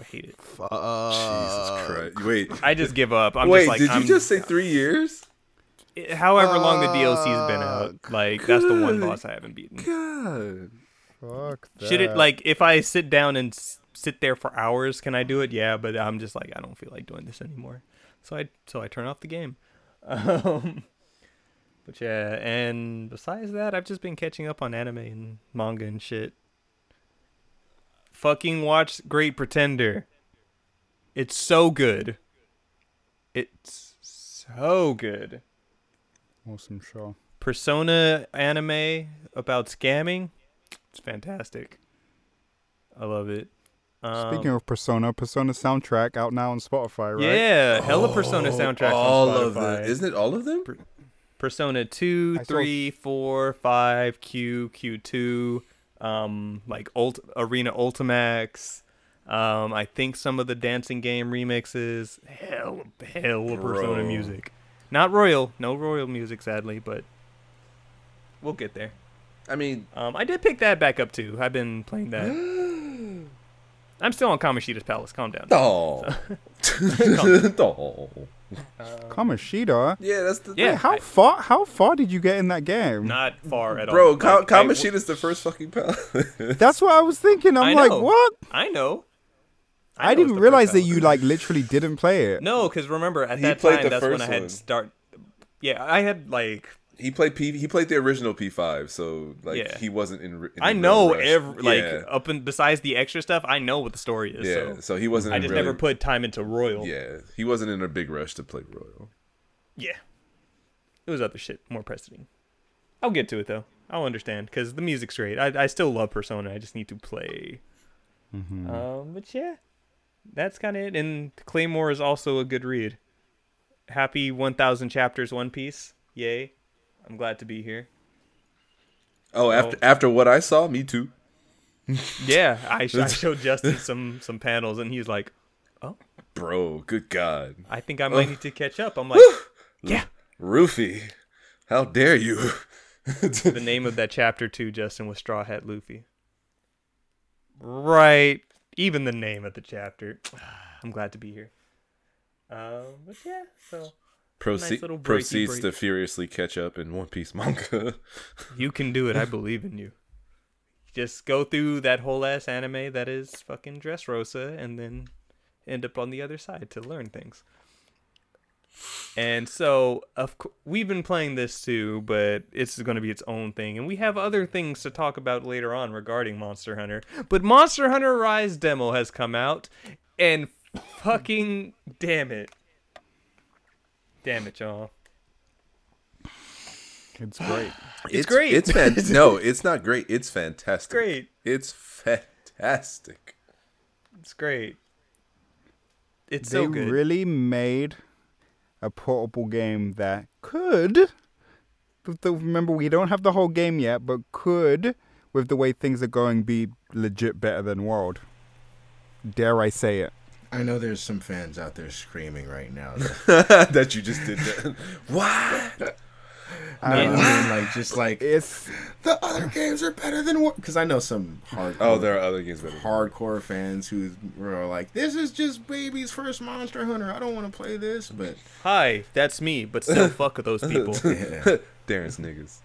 Speaker 1: I hate it.
Speaker 4: Jesus Christ. Wait.
Speaker 1: I just give up. I'm
Speaker 4: Wait.
Speaker 1: just like,
Speaker 4: did you
Speaker 1: I'm-
Speaker 4: just say three years?
Speaker 1: however long the DLC's been out? Like that's the one boss I haven't beaten.
Speaker 4: God.
Speaker 3: Fuck that.
Speaker 1: Should it like if I sit down and s- sit there for hours, can I do it? Yeah, but I'm just like I don't feel like doing this anymore. So I so I turn off the game. Um, but yeah, and besides that, I've just been catching up on anime and manga and shit. Fucking watch Great Pretender. It's so good. It's so good.
Speaker 3: Awesome show.
Speaker 1: Persona anime about scamming. It's fantastic. I love it. Um,
Speaker 3: Speaking of Persona, Persona soundtrack out now on Spotify, right?
Speaker 1: yeah, hella Persona soundtracks
Speaker 4: All
Speaker 1: on
Speaker 4: of
Speaker 1: Spotify.
Speaker 4: them. Isn't it all of them?
Speaker 1: Persona 2,
Speaker 3: I saw-
Speaker 1: 3, 4, 5, Q, Q2, um, like Ult- Arena Ultimax. Um, I think some of the dancing game remixes. Hell, hell of Persona
Speaker 4: Bro.
Speaker 1: music. Not royal, no royal music, sadly, but we'll get there.
Speaker 4: I mean,
Speaker 1: Um, I did pick that back up too. I've been playing that. I'm still on Kamishita's Palace. Calm down.
Speaker 4: oh. oh.
Speaker 3: Kamishita.
Speaker 4: Yeah, that's the
Speaker 1: Yeah.
Speaker 3: Wait, how far? How far did you get in that game?
Speaker 1: Not far at
Speaker 4: thing. Bro,
Speaker 1: all.
Speaker 4: Ka-
Speaker 1: Like, I-
Speaker 4: Kamashita's the first fucking pal.
Speaker 3: That's what I was thinking. I'm
Speaker 1: I
Speaker 3: like,
Speaker 1: know.
Speaker 3: what?
Speaker 1: I know.
Speaker 3: I,
Speaker 1: know it's the
Speaker 3: didn't
Speaker 1: first
Speaker 3: realize that
Speaker 1: Palace.
Speaker 3: you like literally didn't play it.
Speaker 1: No, because remember at
Speaker 4: He
Speaker 1: that
Speaker 4: played
Speaker 1: time,
Speaker 4: the
Speaker 1: that's when
Speaker 4: first
Speaker 1: I had
Speaker 4: one.
Speaker 1: start. Yeah, I had like
Speaker 4: he played P. He played the original P5, so like
Speaker 1: Yeah.
Speaker 4: he wasn't in. re- in
Speaker 1: I
Speaker 4: real
Speaker 1: know
Speaker 4: rush.
Speaker 1: every like
Speaker 4: Yeah.
Speaker 1: up and besides the extra stuff, I know what the story is.
Speaker 4: Yeah, so,
Speaker 1: so
Speaker 4: he wasn't.
Speaker 1: I
Speaker 4: in
Speaker 1: just
Speaker 4: really-
Speaker 1: never put time into Royal.
Speaker 4: Yeah, he wasn't in a big rush to play Royal.
Speaker 1: Yeah. It was other shit, more pressing. I'll get to it though. I'll understand because the music's great. I, I still love Persona. I just need to play. Um, but yeah, that's kind of it. And Claymore is also a good read. Happy 1,000 chapters, One Piece. Yay! I'm glad to be here.
Speaker 4: Oh, after after what I saw, me too.
Speaker 1: Yeah, I, sh- I showed Justin some some panels, and he's like,
Speaker 4: Bro, good God,
Speaker 1: "I think I might need to catch up." I'm like, "Yeah."
Speaker 4: Rufy, how dare you?
Speaker 1: The name of that chapter too, Justin, was Straw Hat Luffy. Right. Even the name of the chapter. I'm glad to be here. Um, but yeah, so
Speaker 4: Proceed
Speaker 1: little breaky
Speaker 4: proceeds
Speaker 1: break.
Speaker 4: to furiously catch up in One Piece manga.
Speaker 1: you can do it. I believe in you. Just go through that whole ass anime that is fucking Dressrosa, and then end up on the other side to learn things. And so, of cou- we've been playing this too, but it's going to be its own thing, and we have other things to talk about later on regarding Monster Hunter. But Monster Hunter Rise demo has come out, and Fucking damn it. Damn it, y'all.
Speaker 3: It's great.
Speaker 1: It's great.
Speaker 4: It's fan- no, it's not great. It's fantastic.
Speaker 1: Great.
Speaker 4: It's fantastic.
Speaker 1: It's great. It's
Speaker 3: they
Speaker 1: so good.
Speaker 3: really made a portable game that could. with the- Remember, we don't have the whole game yet, but could, with the way things are going, be legit better than World. Dare I say it?
Speaker 2: I know there's some fans out there screaming right now.
Speaker 4: that you just did that. Why?
Speaker 2: I mean, like just like
Speaker 3: It's
Speaker 2: the other games are better than what? Because I know some hard.
Speaker 4: Oh, there are other games better.
Speaker 2: hardcore fans who were like, "This is just baby's first Monster Hunter. I don't want to play this." But
Speaker 1: Hi, that's me, but still fuck those people.
Speaker 2: yeah.
Speaker 4: Darren's niggas.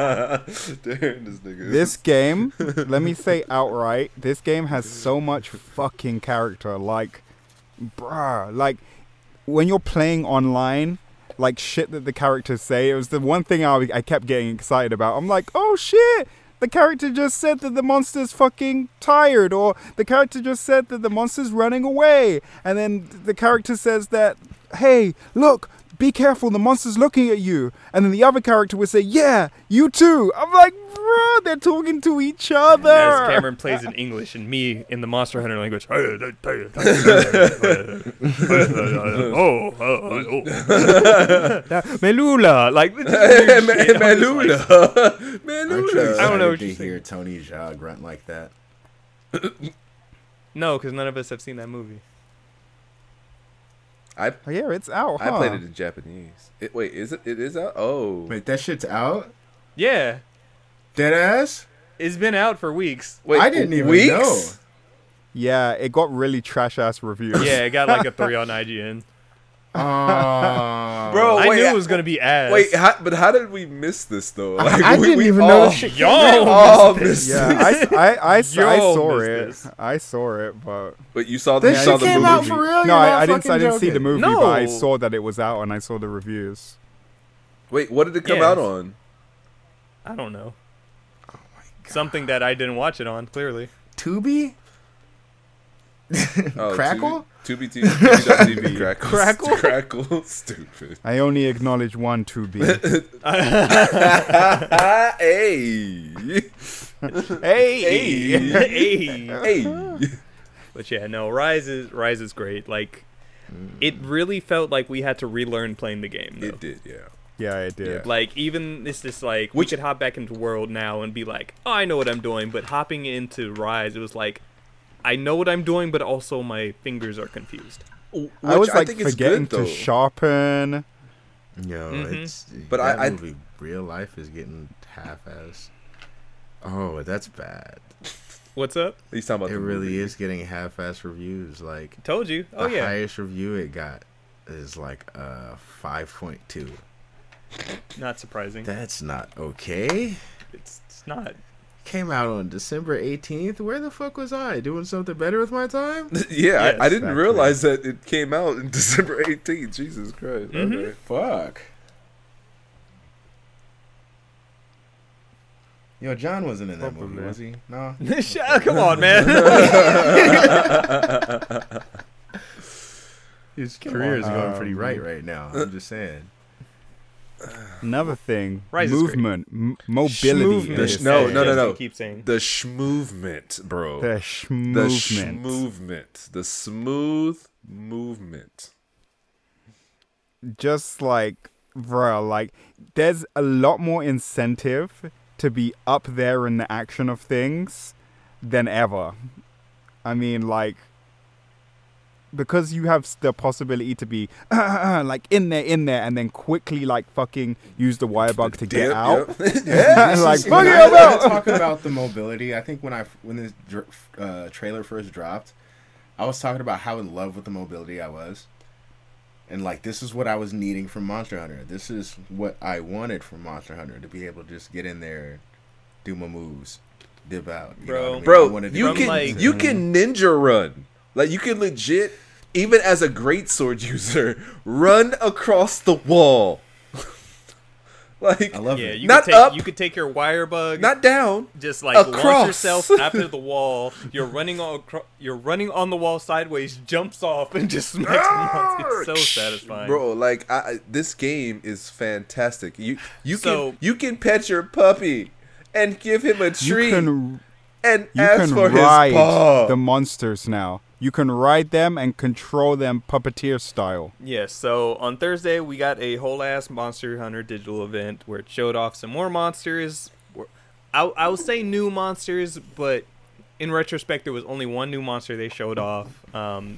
Speaker 4: Darren's niggas.
Speaker 3: this game. let me say outright, this game has so much fucking character. Like, bruh, like when you're playing online, like shit that the characters say. It was the one thing I, I kept getting excited about. I'm like, oh shit. The character just said that the monster's fucking tired, or the character just said that the monster's running away, and then the character says that, hey, look, be careful, the monster's looking at you, and then the other character would say, yeah, you too. I'm like, bruh, they're talking to each other.
Speaker 1: As Cameron plays in English and me in the Monster Hunter language. oh, oh, oh. Melula, like this is weird shit. I'm just like,
Speaker 4: Manula.
Speaker 2: aren't you
Speaker 4: Manula.
Speaker 1: I don't know
Speaker 2: excited
Speaker 1: what
Speaker 2: to
Speaker 1: you're
Speaker 2: hear Tony Jaa grunt like that?
Speaker 1: No, because none of us have seen that movie.
Speaker 4: I
Speaker 3: Oh, yeah, it's out.
Speaker 4: I
Speaker 3: huh?
Speaker 4: played it in Japanese. It, wait, is it? It is out. Oh,
Speaker 2: Wait, that shit's out.
Speaker 1: Yeah,
Speaker 2: Dead ass.
Speaker 1: it's been out for weeks.
Speaker 4: wait.
Speaker 2: I didn't even
Speaker 4: weeks?
Speaker 2: know.
Speaker 3: Yeah, it got really trash ass reviews.
Speaker 1: Yeah, it got like a three on IGN.
Speaker 2: Oh,
Speaker 4: Bro,
Speaker 1: I
Speaker 4: wait,
Speaker 1: knew
Speaker 4: I-
Speaker 1: it was gonna be ass.
Speaker 4: Wait, how, but how did we miss this though? Like,
Speaker 2: I
Speaker 4: we-
Speaker 2: didn't
Speaker 4: we
Speaker 2: even
Speaker 4: all,
Speaker 2: know this shit.
Speaker 1: y'all.
Speaker 4: All missed
Speaker 3: Yeah,
Speaker 4: this.
Speaker 3: I, I, I, I
Speaker 1: Yo,
Speaker 3: saw
Speaker 1: missed
Speaker 3: it.
Speaker 1: this.
Speaker 3: I saw it, but
Speaker 4: But you saw the,
Speaker 2: This
Speaker 4: you
Speaker 2: shit
Speaker 4: saw the
Speaker 2: came
Speaker 4: movie.
Speaker 2: out for
Speaker 3: no,
Speaker 2: real. You're not
Speaker 3: I, I didn't.
Speaker 2: fucking
Speaker 3: I didn't see the
Speaker 2: joking.
Speaker 3: movie, but I
Speaker 1: No.
Speaker 3: saw that it was out and I saw the reviews.
Speaker 4: Wait, what did it come
Speaker 1: Yes.
Speaker 4: out on?
Speaker 1: I don't know. Something that I didn't watch it on. Clearly,
Speaker 2: Tubi.
Speaker 4: Oh,
Speaker 2: Crackle?
Speaker 4: Tubi, Tubi, Tubi, Tubi. Crackle.
Speaker 1: Crackle?
Speaker 4: Crackle. Stupid.
Speaker 3: I only acknowledge one to be. hey,
Speaker 4: Ah, hey. Hey.
Speaker 1: hey.
Speaker 4: Hey.
Speaker 1: But yeah, no, Rise is Rise is great. Like, it really felt like we had to relearn playing the game. Though.
Speaker 4: Mm. It did, yeah.
Speaker 3: Yeah, it did.
Speaker 1: Like even it's just like we
Speaker 4: Which-
Speaker 1: could hop back into World now and be like, oh, I know what I'm doing. But hopping into Rise, it was like, I know what I'm doing, but also my fingers are confused.
Speaker 4: Which
Speaker 3: I was like
Speaker 4: think is
Speaker 3: forgetting
Speaker 4: good,
Speaker 3: to
Speaker 4: though.
Speaker 3: sharpen.
Speaker 2: Yo,
Speaker 1: Mm-hmm.
Speaker 2: it's
Speaker 4: But
Speaker 2: that
Speaker 4: I- I-
Speaker 2: movie, real life is getting half-assed. Oh, that's bad.
Speaker 1: What's up?
Speaker 4: He's talking about
Speaker 2: It
Speaker 4: the
Speaker 2: really
Speaker 4: movie.
Speaker 2: is getting half-assed reviews. Like
Speaker 1: Told you. Oh
Speaker 2: the
Speaker 1: yeah.
Speaker 2: highest review it got is like uh 5.2.
Speaker 1: Not surprising.
Speaker 2: That's not okay.
Speaker 1: It's, it's not.
Speaker 2: Came out on December 18th. Where the fuck was I? Doing something better with my time?
Speaker 4: yeah,
Speaker 1: Yes,
Speaker 4: I, I didn't
Speaker 3: exactly.
Speaker 4: realize that it came out in December 18th. Jesus Christ. Okay.
Speaker 2: Fuck. Yo, John wasn't in that movie,
Speaker 3: Probably.
Speaker 2: was he? No.
Speaker 1: Shut- Come on, man.
Speaker 2: His career is going pretty
Speaker 3: Um,
Speaker 2: right right now. I'm just saying.
Speaker 3: Another thing,
Speaker 1: Rise is great.
Speaker 3: movement, m-
Speaker 1: Schmovement.
Speaker 3: mobility. it is.
Speaker 4: No, no, no,
Speaker 1: Yes,
Speaker 4: no.
Speaker 1: they Keep saying.
Speaker 4: The schmovement, bro.
Speaker 3: The
Speaker 4: the
Speaker 3: schmovement.
Speaker 4: schmovement. The smooth movement.
Speaker 3: just like bro like there's a lot more incentive to be up there in the action of things than ever i mean like because you have s- the possibility to be like in there in there and then quickly like fucking use the wire bug to get
Speaker 4: Yep,
Speaker 3: out
Speaker 4: yep.
Speaker 3: like
Speaker 2: See,
Speaker 3: fuck
Speaker 2: when
Speaker 3: it,
Speaker 2: I,
Speaker 3: I'm
Speaker 2: when I
Speaker 3: out.
Speaker 2: talk about the mobility, I think when I when this dr- uh, trailer first dropped, I was talking about how in love with the mobility I was, and like this is what I was needing from Monster Hunter. This is what I wanted from Monster Hunter to be able to just get in there, do my moves, dip out. You
Speaker 1: Bro.
Speaker 2: know what I mean? I
Speaker 4: bro
Speaker 2: wanted to
Speaker 4: you
Speaker 1: from,
Speaker 2: do
Speaker 4: can
Speaker 1: like-
Speaker 4: you can ninja run like you can legit even as a great sword user run across the wall Like
Speaker 2: I love
Speaker 1: Yeah,
Speaker 2: it.
Speaker 1: you
Speaker 4: Not
Speaker 1: could take
Speaker 4: up.
Speaker 1: you could take your wire bug,
Speaker 4: not down.
Speaker 1: just like launch
Speaker 4: across.
Speaker 1: yourself after the wall. You're running on acro- you're running on the wall sideways, jumps off, and just smacks him once. It's so satisfying.
Speaker 4: Bro, like I, I- this game is fantastic. You you
Speaker 1: So-
Speaker 4: can you can pet your puppy and give him a
Speaker 3: You
Speaker 4: treat
Speaker 3: can
Speaker 4: and
Speaker 3: you
Speaker 4: ask
Speaker 3: can
Speaker 4: for his paw.
Speaker 3: ride the monsters now. You can ride them and control them puppeteer style.
Speaker 1: Yeah, so on Thursday we got a whole ass Monster Hunter digital event where it showed off some more monsters. Were- I I would say new monsters, but in retrospect there was only one new monster they showed off. Um,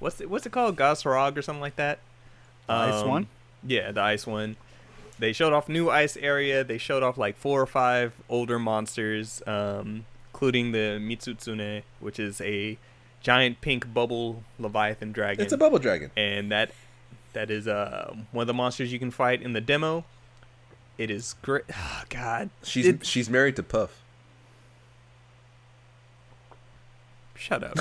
Speaker 1: what's it, what's it called? Gosrog or something like that.
Speaker 3: Ice
Speaker 1: Um,
Speaker 3: one?
Speaker 1: Yeah, the ice one. They showed off new ice area. They showed off like four or five older monsters, um, including the Mitsutsune, which is a giant pink bubble leviathan dragon
Speaker 4: It's a bubble dragon.
Speaker 1: and that that is uh one of the monsters you can fight in the demo. It is great. Oh, God,
Speaker 4: She's
Speaker 1: It-
Speaker 4: she's married to Puff.
Speaker 1: shut up.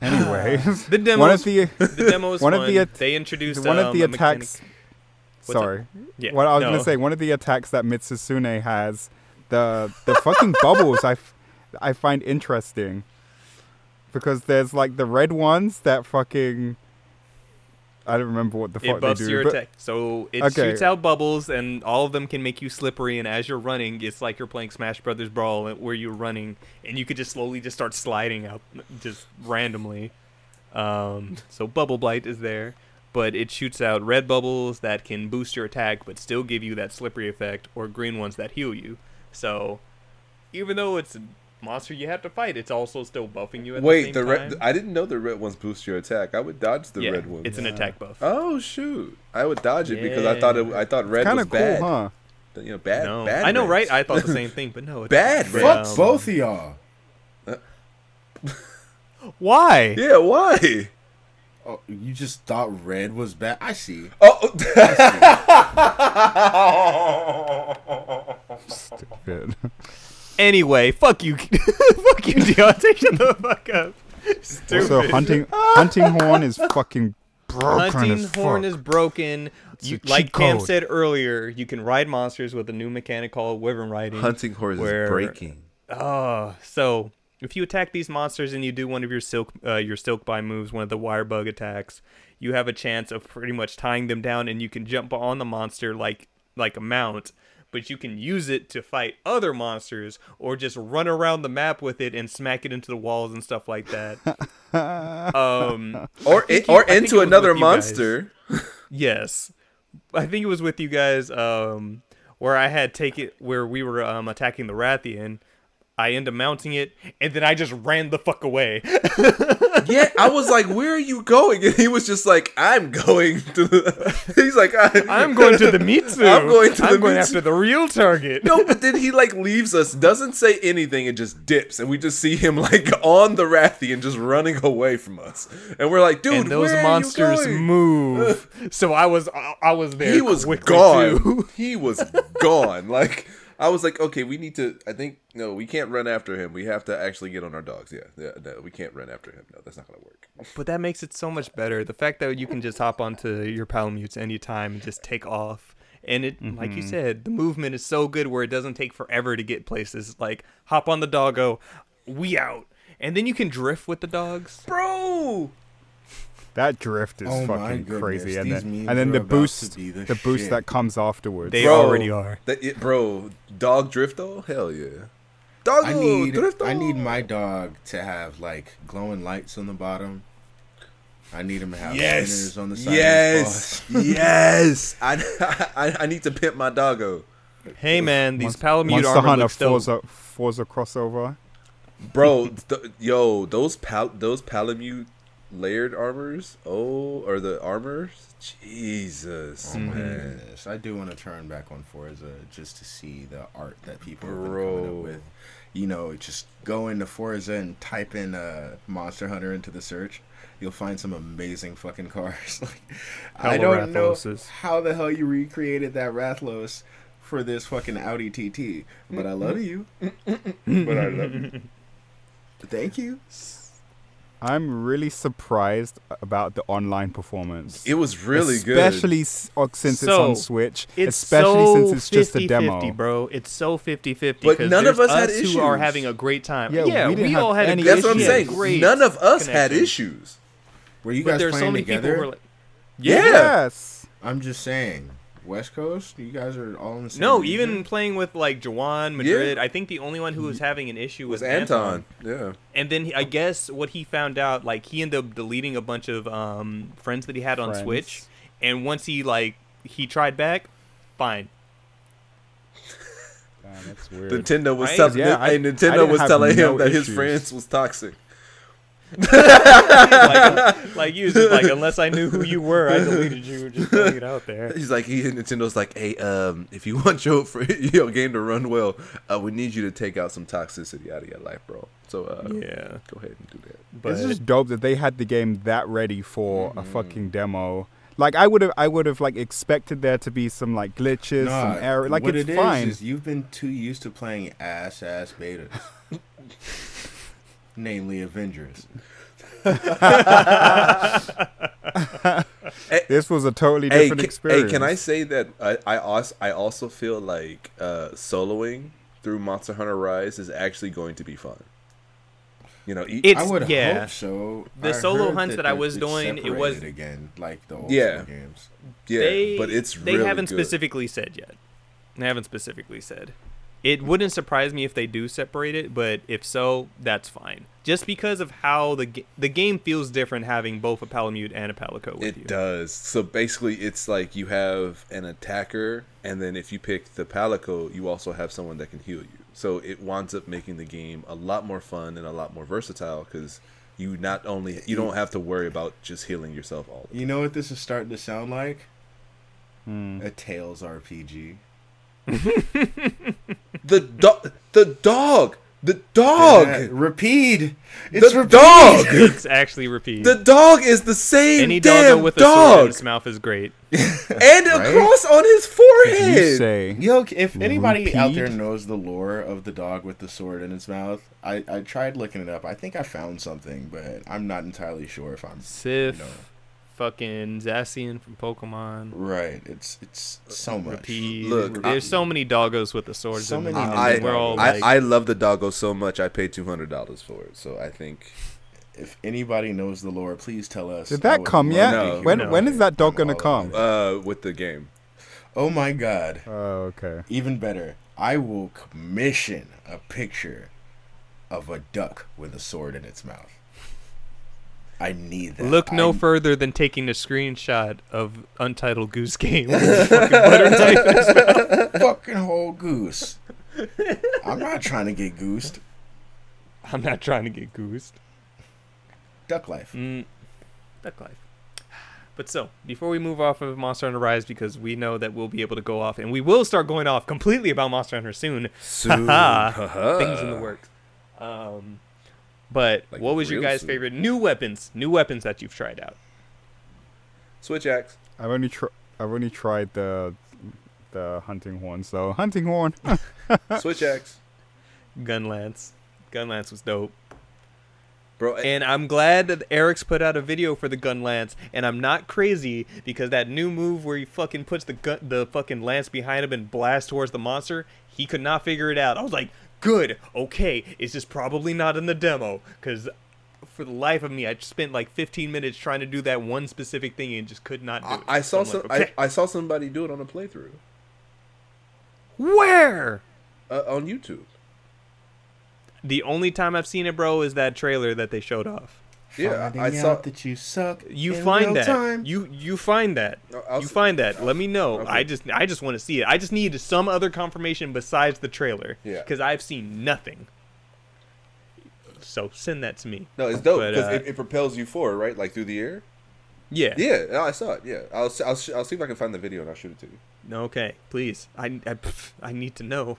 Speaker 3: Anyways,
Speaker 1: The demo.
Speaker 3: one of the
Speaker 1: the demo is
Speaker 3: one
Speaker 1: fun.
Speaker 3: of the at-
Speaker 1: they introduced
Speaker 3: one
Speaker 1: um,
Speaker 3: of the
Speaker 1: a mechanic-
Speaker 3: attacks.
Speaker 1: What's up?
Speaker 3: Sorry,
Speaker 1: Yeah,
Speaker 3: what I was
Speaker 1: no.
Speaker 3: gonna say. One of the attacks that Mitsusune has, the the fucking bubbles. I f- I find interesting because there's like the red ones that fucking. I don't remember what the fuck
Speaker 1: It buffs
Speaker 3: they do.
Speaker 1: your
Speaker 3: but-
Speaker 1: attack, so it
Speaker 3: Okay.
Speaker 1: shoots out bubbles, and all of them can make you slippery. And as you're running, it's like you're playing Smash Brothers Brawl, uh, where you're running, and you could just slowly just start sliding out, just randomly. Um, so Bubble Blight is there, but it shoots out red bubbles that can boost your attack, but still give you that slippery effect, or green ones that heal you. So even though it's a monster you have to fight, it's also still buffing you. At
Speaker 4: Wait,
Speaker 1: the,
Speaker 4: the
Speaker 1: same
Speaker 4: red.
Speaker 1: time.
Speaker 4: I didn't know the red ones boost your attack. I would dodge the
Speaker 1: yeah,
Speaker 4: red ones.
Speaker 1: it's an attack buff.
Speaker 4: oh shoot! I would dodge it because I thought it, I thought red
Speaker 3: Kind
Speaker 4: was
Speaker 3: of cool,
Speaker 4: bad.
Speaker 3: huh?
Speaker 4: You know, bad.
Speaker 1: no,
Speaker 4: bad
Speaker 1: I know,
Speaker 4: reds.
Speaker 1: right? I thought the same thing, but no, it's
Speaker 4: Bad
Speaker 1: red.
Speaker 4: reds.
Speaker 2: Fuck
Speaker 1: Um,
Speaker 2: both of y'all.
Speaker 1: Why?
Speaker 4: yeah, why?
Speaker 2: Oh, you just thought red was bad. I see.
Speaker 4: Oh,
Speaker 3: Stupid.
Speaker 1: Anyway, fuck you, fuck you, Deontay. Shut the fuck up. Stupid.
Speaker 3: also, hunting hunting horn is fucking broken
Speaker 1: Hunting
Speaker 3: as
Speaker 1: horn
Speaker 3: fuck.
Speaker 1: is broken. You,
Speaker 3: a
Speaker 1: like
Speaker 3: cheat
Speaker 1: Cam
Speaker 3: code.
Speaker 1: said earlier, you can ride monsters with a new mechanic called Wyvern Riding.
Speaker 4: hunting horse
Speaker 1: Where-
Speaker 4: is breaking.
Speaker 1: Oh, so if you attack these monsters and you do one of your silk uh, your silk by moves, one of the wire bug attacks, you have a chance of pretty much tying them down, and you can jump on the monster like like a mount. But you can use it to fight other monsters, or just run around the map with it and smack it into the walls and stuff like that. um,
Speaker 4: Or
Speaker 1: think
Speaker 4: it,
Speaker 1: you- I
Speaker 4: or
Speaker 1: think it
Speaker 4: into
Speaker 1: was
Speaker 4: another
Speaker 1: with you guys.
Speaker 4: monster.
Speaker 1: Yes. I think it was with you guys um where I had take it where we were um attacking the Rathian. I end up mounting it and then I just ran the fuck away.
Speaker 4: Yeah, I was like, "Where are you going?" And he was just like, "I'm going to." The... He's like, I...
Speaker 1: I'm going to the Mitsu.
Speaker 4: I'm going to
Speaker 1: I'm
Speaker 4: the
Speaker 1: going
Speaker 4: Mitsu.
Speaker 1: after the real target.
Speaker 4: No, but then he like leaves us, doesn't say anything, and just dips, and we just see him like on the Rathian just running away from us, and we're like, "Dude,
Speaker 1: and those
Speaker 4: where Are
Speaker 1: monsters
Speaker 4: you going?
Speaker 1: move. so I was I, I was there.
Speaker 4: he was
Speaker 1: quickly,
Speaker 4: gone.
Speaker 1: too.
Speaker 4: he was gone. Like I was like, okay, we need to. I think no, we can't run after him. We have to actually get on our dogs. Yeah, yeah no, we can't run after him. No, that's not gonna work.
Speaker 1: But that makes it so much better. The fact that you can just hop onto your Palamutes anytime and just take off. And it, like you
Speaker 4: Mm-hmm.
Speaker 1: said, the movement is so good where it doesn't take forever to get places. Like, hop on the doggo, we out. And then you can drift with the dogs.
Speaker 4: Bro,
Speaker 3: That drift is
Speaker 2: Oh my
Speaker 3: fucking
Speaker 2: goodness,
Speaker 3: crazy, and
Speaker 2: these
Speaker 3: then
Speaker 2: memes
Speaker 3: and then
Speaker 2: are
Speaker 3: the
Speaker 2: about to
Speaker 3: boost,
Speaker 2: be
Speaker 3: the,
Speaker 2: the
Speaker 3: boost
Speaker 2: shit.
Speaker 3: that comes afterwards.
Speaker 1: They
Speaker 4: Bro.
Speaker 1: already are.
Speaker 4: that it, bro, dog drift though. Hell yeah, dog
Speaker 2: I need
Speaker 4: drift.
Speaker 2: I need my dog to have like glowing lights on the bottom. I need him to have spinners
Speaker 4: yes,
Speaker 2: on the side. of his paws.
Speaker 4: yes, yes. I, I I need to pimp my doggo,
Speaker 1: Hey, man, these
Speaker 3: once,
Speaker 1: Palamute
Speaker 3: once the
Speaker 1: armor
Speaker 3: hunter
Speaker 1: looks dope.
Speaker 3: Forza, Forza crossover.
Speaker 4: bro. th- yo, those pal those palamute layered armors. Oh, or the armors. Jesus,
Speaker 2: Oh my
Speaker 4: man.
Speaker 2: goodness. I do want to turn back on Forza just to see the art that people are coming
Speaker 4: Bro.
Speaker 2: up with. You know, just go into Forza and type in uh, Monster Hunter into the search. You'll find some amazing fucking cars. like, I
Speaker 1: Hella
Speaker 2: don't know
Speaker 1: Rathaloses.
Speaker 2: how the hell you recreated that Rathlos for this fucking Audi TT, but I love you.
Speaker 4: But I love you.
Speaker 2: Thank you.
Speaker 3: I'm really surprised about the online performance.
Speaker 4: It was really
Speaker 3: especially
Speaker 4: good.
Speaker 3: s- uh, since it's
Speaker 1: So,
Speaker 3: on Switch,
Speaker 1: It's
Speaker 3: especially
Speaker 1: so
Speaker 3: since it's just a
Speaker 1: 50-50,
Speaker 3: demo.
Speaker 1: bro. It's so 50-50
Speaker 4: But
Speaker 1: because
Speaker 4: none of
Speaker 1: there's
Speaker 4: us had
Speaker 1: who are
Speaker 4: issues.
Speaker 1: having a great time.
Speaker 3: Yeah,
Speaker 1: Yeah,
Speaker 3: we
Speaker 1: we,
Speaker 3: didn't have
Speaker 1: all had
Speaker 3: any
Speaker 1: a great
Speaker 4: That's what I'm
Speaker 3: Yeah,
Speaker 4: saying.
Speaker 1: Great
Speaker 4: None of us had
Speaker 1: connection.
Speaker 4: issues.
Speaker 2: Were you
Speaker 1: But
Speaker 2: guys
Speaker 1: there's
Speaker 2: playing
Speaker 1: so many people
Speaker 2: together?
Speaker 1: who are like,
Speaker 4: Yeah.
Speaker 3: Yes.
Speaker 2: I'm just saying, West Coast. You guys are all in the same.
Speaker 1: No,
Speaker 2: region?
Speaker 1: even playing with like Jawan Madrid, I think the only one who was having an issue
Speaker 4: It Mm-hmm. was
Speaker 1: was,
Speaker 4: Anton. Yeah.
Speaker 1: And then he, I guess what he found out, like he ended up deleting a bunch of um, friends that he had on
Speaker 3: Friends.
Speaker 1: Switch, and once he like he tried back, fine.
Speaker 3: Damn, that's weird.
Speaker 4: Nintendo was
Speaker 1: Right?
Speaker 4: telling
Speaker 3: Yeah, I-
Speaker 4: and
Speaker 3: I
Speaker 4: Nintendo
Speaker 3: didn't
Speaker 4: was
Speaker 3: have
Speaker 4: telling him
Speaker 3: no
Speaker 4: that his
Speaker 3: issues.
Speaker 4: friends was toxic.
Speaker 1: like, like you was just like unless I knew who you were, I deleted you. Just throwing it out there.
Speaker 4: He's like, he Nintendo's like, hey, um, if you want your fr- your game to run well, uh, we need you to take out some toxicity out of your life, bro. So uh,
Speaker 1: Yeah,
Speaker 4: go ahead and do that.
Speaker 1: but
Speaker 3: it's just dope that they had the game that ready for a fucking demo. Like I would have, I would have like expected there to be some like glitches,
Speaker 2: Nah,
Speaker 3: some error. Like
Speaker 2: what
Speaker 3: it's
Speaker 2: it is
Speaker 3: fine.
Speaker 2: is you've been too used to playing ass ass betas, namely Avengers.
Speaker 3: this was a totally
Speaker 4: Hey,
Speaker 3: different
Speaker 4: ca- hey,
Speaker 3: experience.
Speaker 4: can I say that I, I also I also feel like uh, soloing through Monster Hunter Rise is actually going to be fun. You know, e-
Speaker 1: It's-
Speaker 2: I would
Speaker 1: yeah.
Speaker 2: hope so.
Speaker 1: The
Speaker 2: I
Speaker 1: solo
Speaker 2: heard
Speaker 1: hunts that I
Speaker 2: they're-
Speaker 1: was
Speaker 2: it's
Speaker 1: doing, it was-
Speaker 2: separated again like the old
Speaker 4: Yeah.
Speaker 2: school games.
Speaker 4: yeah,
Speaker 1: they,
Speaker 4: but it's
Speaker 1: they
Speaker 4: really
Speaker 1: haven't
Speaker 4: good.
Speaker 1: specifically said yet. They haven't specifically said. It wouldn't surprise me if they do separate it, but if so, that's fine. Just because of how the ga- the game feels different having both a Palamute and a Palico with
Speaker 4: It
Speaker 1: you.
Speaker 4: does. So basically, it's like you have an attacker, and then if you pick the Palico, you also have someone that can heal you. So it winds up making the game a lot more fun and a lot more versatile because you not only you don't have to worry about just healing yourself all the
Speaker 2: You know what this is starting to sound like?
Speaker 3: Hmm.
Speaker 2: A Tales RPG.
Speaker 4: The dog, the dog, the dog,
Speaker 2: Yeah, repeat. It's
Speaker 4: the
Speaker 2: repeat.
Speaker 4: dog.
Speaker 1: It's actually repeat.
Speaker 4: The dog is the same
Speaker 1: Any
Speaker 4: damn
Speaker 1: doggo with a sword in
Speaker 4: dog,
Speaker 1: his mouth is great.
Speaker 4: and a
Speaker 2: Right?
Speaker 4: cross on his
Speaker 3: You
Speaker 4: forehead.
Speaker 3: say
Speaker 2: Yo, if anybody out there
Speaker 3: Repeat.
Speaker 2: knows the lore of the dog with the sword in its mouth, I, I tried looking it up. I think I found something, but I'm not entirely sure if I'm
Speaker 1: Sif,
Speaker 2: No.
Speaker 1: fucking Zacian from Pokemon.
Speaker 2: right. It's it's so much.
Speaker 1: Repeat.
Speaker 4: Look,
Speaker 1: there's
Speaker 4: I-
Speaker 1: so many doggos with the swords.
Speaker 2: So
Speaker 1: in the
Speaker 2: many
Speaker 1: game.
Speaker 4: I,
Speaker 1: We're all
Speaker 4: I,
Speaker 1: like,
Speaker 4: I love the doggo so much I paid two hundred dollars for it. So I think
Speaker 2: If anybody knows the lore, please tell us.
Speaker 3: Did
Speaker 2: I
Speaker 3: that
Speaker 2: would
Speaker 3: come
Speaker 2: love
Speaker 3: yet?
Speaker 2: to
Speaker 4: No.
Speaker 2: hear
Speaker 3: When-
Speaker 2: about
Speaker 3: when
Speaker 2: it.
Speaker 3: is that dog
Speaker 2: I'm
Speaker 3: gonna
Speaker 2: all
Speaker 3: come?
Speaker 2: about it.
Speaker 4: uh, with the game.
Speaker 2: Oh my god.
Speaker 3: Oh, okay.
Speaker 2: Even better, I will commission a picture of a duck with a sword in its mouth. I need that.
Speaker 1: Look no
Speaker 2: I-
Speaker 1: further than taking a screenshot of Untitled Goose Game. with the fucking butter knife in his mouth.
Speaker 2: fucking whole goose. I'm not trying to get goosed.
Speaker 1: I'm not trying to get goosed.
Speaker 2: Duck life.
Speaker 1: Mm, duck life. But so, before we move off of Monster Hunter Rise, because we know that we'll be able to go off, and we will start going off completely about Monster Hunter soon.
Speaker 4: Soon.
Speaker 1: Things in the works. Um, but
Speaker 4: Like,
Speaker 1: what was your
Speaker 4: real
Speaker 1: guys'
Speaker 4: soon.
Speaker 1: favorite new weapons? New weapons that you've tried out?
Speaker 4: Switch axe.
Speaker 3: I've only tr- I've only tried the the hunting horn. So hunting horn.
Speaker 4: Switch axe.
Speaker 1: Gunlance. Gunlance was dope.
Speaker 4: Bro,
Speaker 1: And I'm glad that Eric's put out a video for the gun lance, and I'm not crazy because that new move where he fucking puts the gun, the fucking lance behind him and blasts towards the monster, he could not figure it out. I was like, good, okay, it's just probably not in the demo because for the life of me, I spent like 15 minutes trying to do that one specific thing and just could not do
Speaker 4: I,
Speaker 1: it.
Speaker 4: I
Speaker 1: So
Speaker 4: saw
Speaker 1: I'm
Speaker 4: some.
Speaker 1: like, okay.
Speaker 4: I, I saw somebody do it on a playthrough
Speaker 1: where?
Speaker 4: uh, on YouTube.
Speaker 1: The only time I've seen it, bro, is that trailer that they showed off.
Speaker 4: Yeah, I- I
Speaker 2: Finding
Speaker 4: saw.
Speaker 2: out that you suck.
Speaker 1: You
Speaker 2: in real
Speaker 1: find that.
Speaker 2: time.
Speaker 1: You you find that.
Speaker 4: No, I'll
Speaker 1: you
Speaker 4: see-
Speaker 1: find that. Let me know.
Speaker 4: I'll
Speaker 1: I
Speaker 4: see.
Speaker 1: just I just want to see it. I just need some other confirmation besides the trailer.
Speaker 4: Yeah.
Speaker 1: Because I've seen nothing. So send that to me.
Speaker 4: No, it's dope
Speaker 1: But,
Speaker 4: because
Speaker 1: uh,
Speaker 4: it, it propels you forward, right? Like through the air.
Speaker 1: Yeah.
Speaker 4: Yeah, no, I saw it. Yeah, I'll s- I'll, sh- I'll see if I can find the video and I'll shoot it to you.
Speaker 1: Okay. Please. I I, pff, I need to know.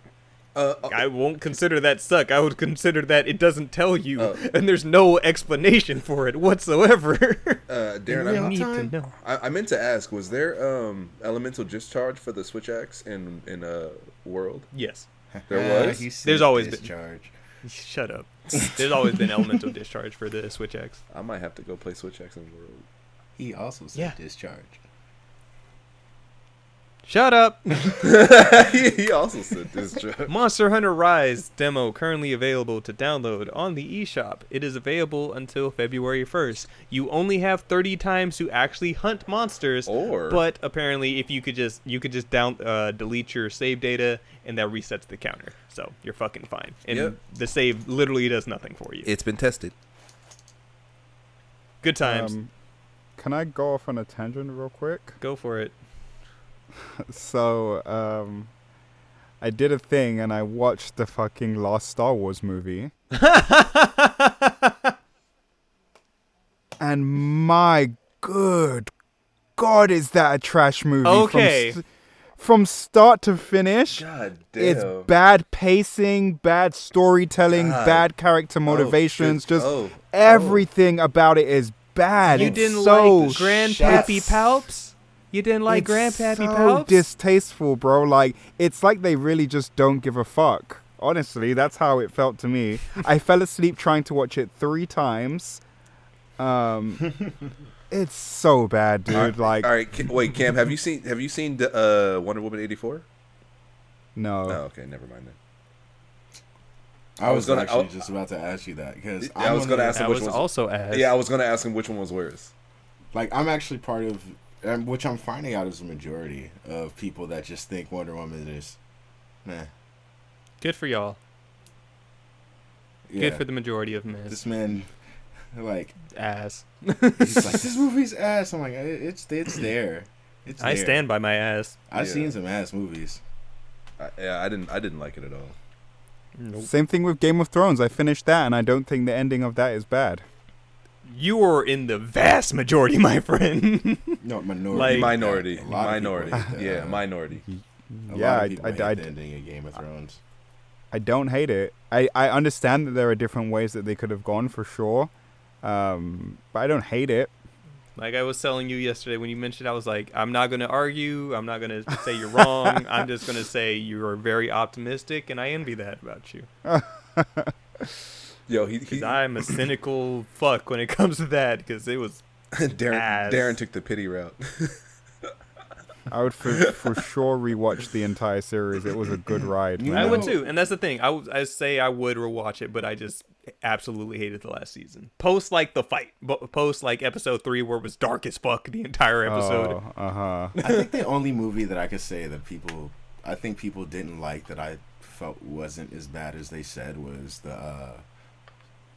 Speaker 4: Uh, uh,
Speaker 1: I won't consider that suck. I would consider that it doesn't tell you,
Speaker 4: Oh.
Speaker 1: and there's no explanation for it whatsoever.
Speaker 4: uh, Darren,
Speaker 2: Real
Speaker 1: I need
Speaker 2: time.
Speaker 1: to know.
Speaker 4: I, I meant to ask: Was there um elemental discharge for the switch axe in in uh, world?
Speaker 1: Yes.
Speaker 4: There
Speaker 2: Ah,
Speaker 4: was.
Speaker 2: he said
Speaker 1: Uh, There's always been.
Speaker 2: discharge.
Speaker 1: Shut up. There's always been elemental discharge for the Switch X.
Speaker 4: I might have to go play Switch X in World.
Speaker 2: He also said
Speaker 1: Yeah.
Speaker 2: discharge.
Speaker 1: Shut up.
Speaker 4: he he also said this joke.
Speaker 1: Monster Hunter Rise demo currently available to download on the eShop. It is available until February 1st. You only have 30 times to actually hunt monsters.
Speaker 4: Or
Speaker 1: But apparently, if you could just you could just down uh, delete your save data, and that resets the counter, so you're fucking fine. And
Speaker 4: Yep.
Speaker 1: the save literally does nothing for you.
Speaker 4: it's been tested.
Speaker 1: Good times.
Speaker 3: Um, can I go off on a tangent real quick?
Speaker 1: Go for it.
Speaker 3: So, um, I did a thing and I watched the fucking last Star Wars movie. and my good god, is that a trash movie?
Speaker 1: Okay.
Speaker 3: From, st- from start to finish,
Speaker 4: God damn.
Speaker 3: it's bad pacing, bad storytelling,
Speaker 4: God.
Speaker 3: bad character
Speaker 4: Oh,
Speaker 3: motivations.
Speaker 4: good-
Speaker 3: just
Speaker 4: oh,
Speaker 3: everything about it is bad.
Speaker 1: You
Speaker 3: It's
Speaker 1: didn't
Speaker 3: so
Speaker 1: like Grandpappy
Speaker 3: shit.
Speaker 1: Palps? You didn't like
Speaker 3: It's
Speaker 1: Grandpappy
Speaker 3: so
Speaker 1: Palps?
Speaker 3: distasteful, bro. Like it's like they really just don't give a fuck. Honestly, that's how it felt to me. I fell asleep trying to watch it three times. Um, it's so bad, dude.
Speaker 4: Alright,
Speaker 3: like
Speaker 4: All right, Ca- wait, Cam, have you seen have you seen uh, Wonder Woman eighty four?
Speaker 3: no,
Speaker 4: Oh, okay, never mind then.
Speaker 2: I was,
Speaker 4: was gonna-
Speaker 2: actually
Speaker 4: I-
Speaker 2: just about to ask you that because
Speaker 4: I was gonna ask-
Speaker 1: That
Speaker 4: So which
Speaker 1: was
Speaker 4: one's-
Speaker 1: also ass.
Speaker 4: Yeah, I was gonna ask him which one was worse.
Speaker 2: Like I'm actually part of, um, which I'm finding out is the majority of people that just think Wonder Woman is, nah.
Speaker 1: Good for y'all.
Speaker 2: Yeah.
Speaker 1: Good for the majority of men.
Speaker 2: this man. Like
Speaker 1: ass.
Speaker 2: he's like this movie's ass. I'm like "It- it's it's there. It's
Speaker 1: I
Speaker 2: there.
Speaker 1: stand by my ass.
Speaker 2: I've
Speaker 4: Yeah.
Speaker 2: seen some ass movies.
Speaker 4: I, yeah, I didn't I didn't like it at all.
Speaker 3: same thing with Game of Thrones. I finished that, and I don't think the ending of that is bad.
Speaker 1: You are in the vast majority, my friend.
Speaker 2: No minority.
Speaker 1: Like-
Speaker 4: Minority,
Speaker 2: A lot of people
Speaker 4: minority,
Speaker 2: hate that.
Speaker 4: yeah, minority.
Speaker 2: A
Speaker 3: yeah,
Speaker 2: lot
Speaker 3: I-
Speaker 2: of people
Speaker 3: I,
Speaker 2: hate
Speaker 3: I,
Speaker 2: the ending of Game of Thrones.
Speaker 3: I don't hate it. I, I understand that there are different ways that they could have gone for sure, um, but I don't hate it.
Speaker 1: like I was telling you yesterday when you mentioned, I was like, I'm not gonna argue. I'm not gonna say you're wrong. I'm just gonna say you are very optimistic, and I envy that about you.
Speaker 4: Yo, he, he
Speaker 1: Because I'm a cynical fuck when it comes to that. Because it was
Speaker 4: Darren
Speaker 1: ass.
Speaker 4: Darren took the pity route.
Speaker 3: I would for, for sure rewatch the entire series. It was a good ride.
Speaker 2: You
Speaker 3: man.
Speaker 1: I would
Speaker 2: No.
Speaker 1: too, and that's the thing. I would I say I would rewatch it, but I just absolutely hated the last season. Post like the fight, bo- post like episode three where it was dark as fuck the entire episode.
Speaker 3: Oh, uh huh.
Speaker 2: I think the only movie that I could say that people, I think people didn't like that I felt wasn't as bad as they said was the uh,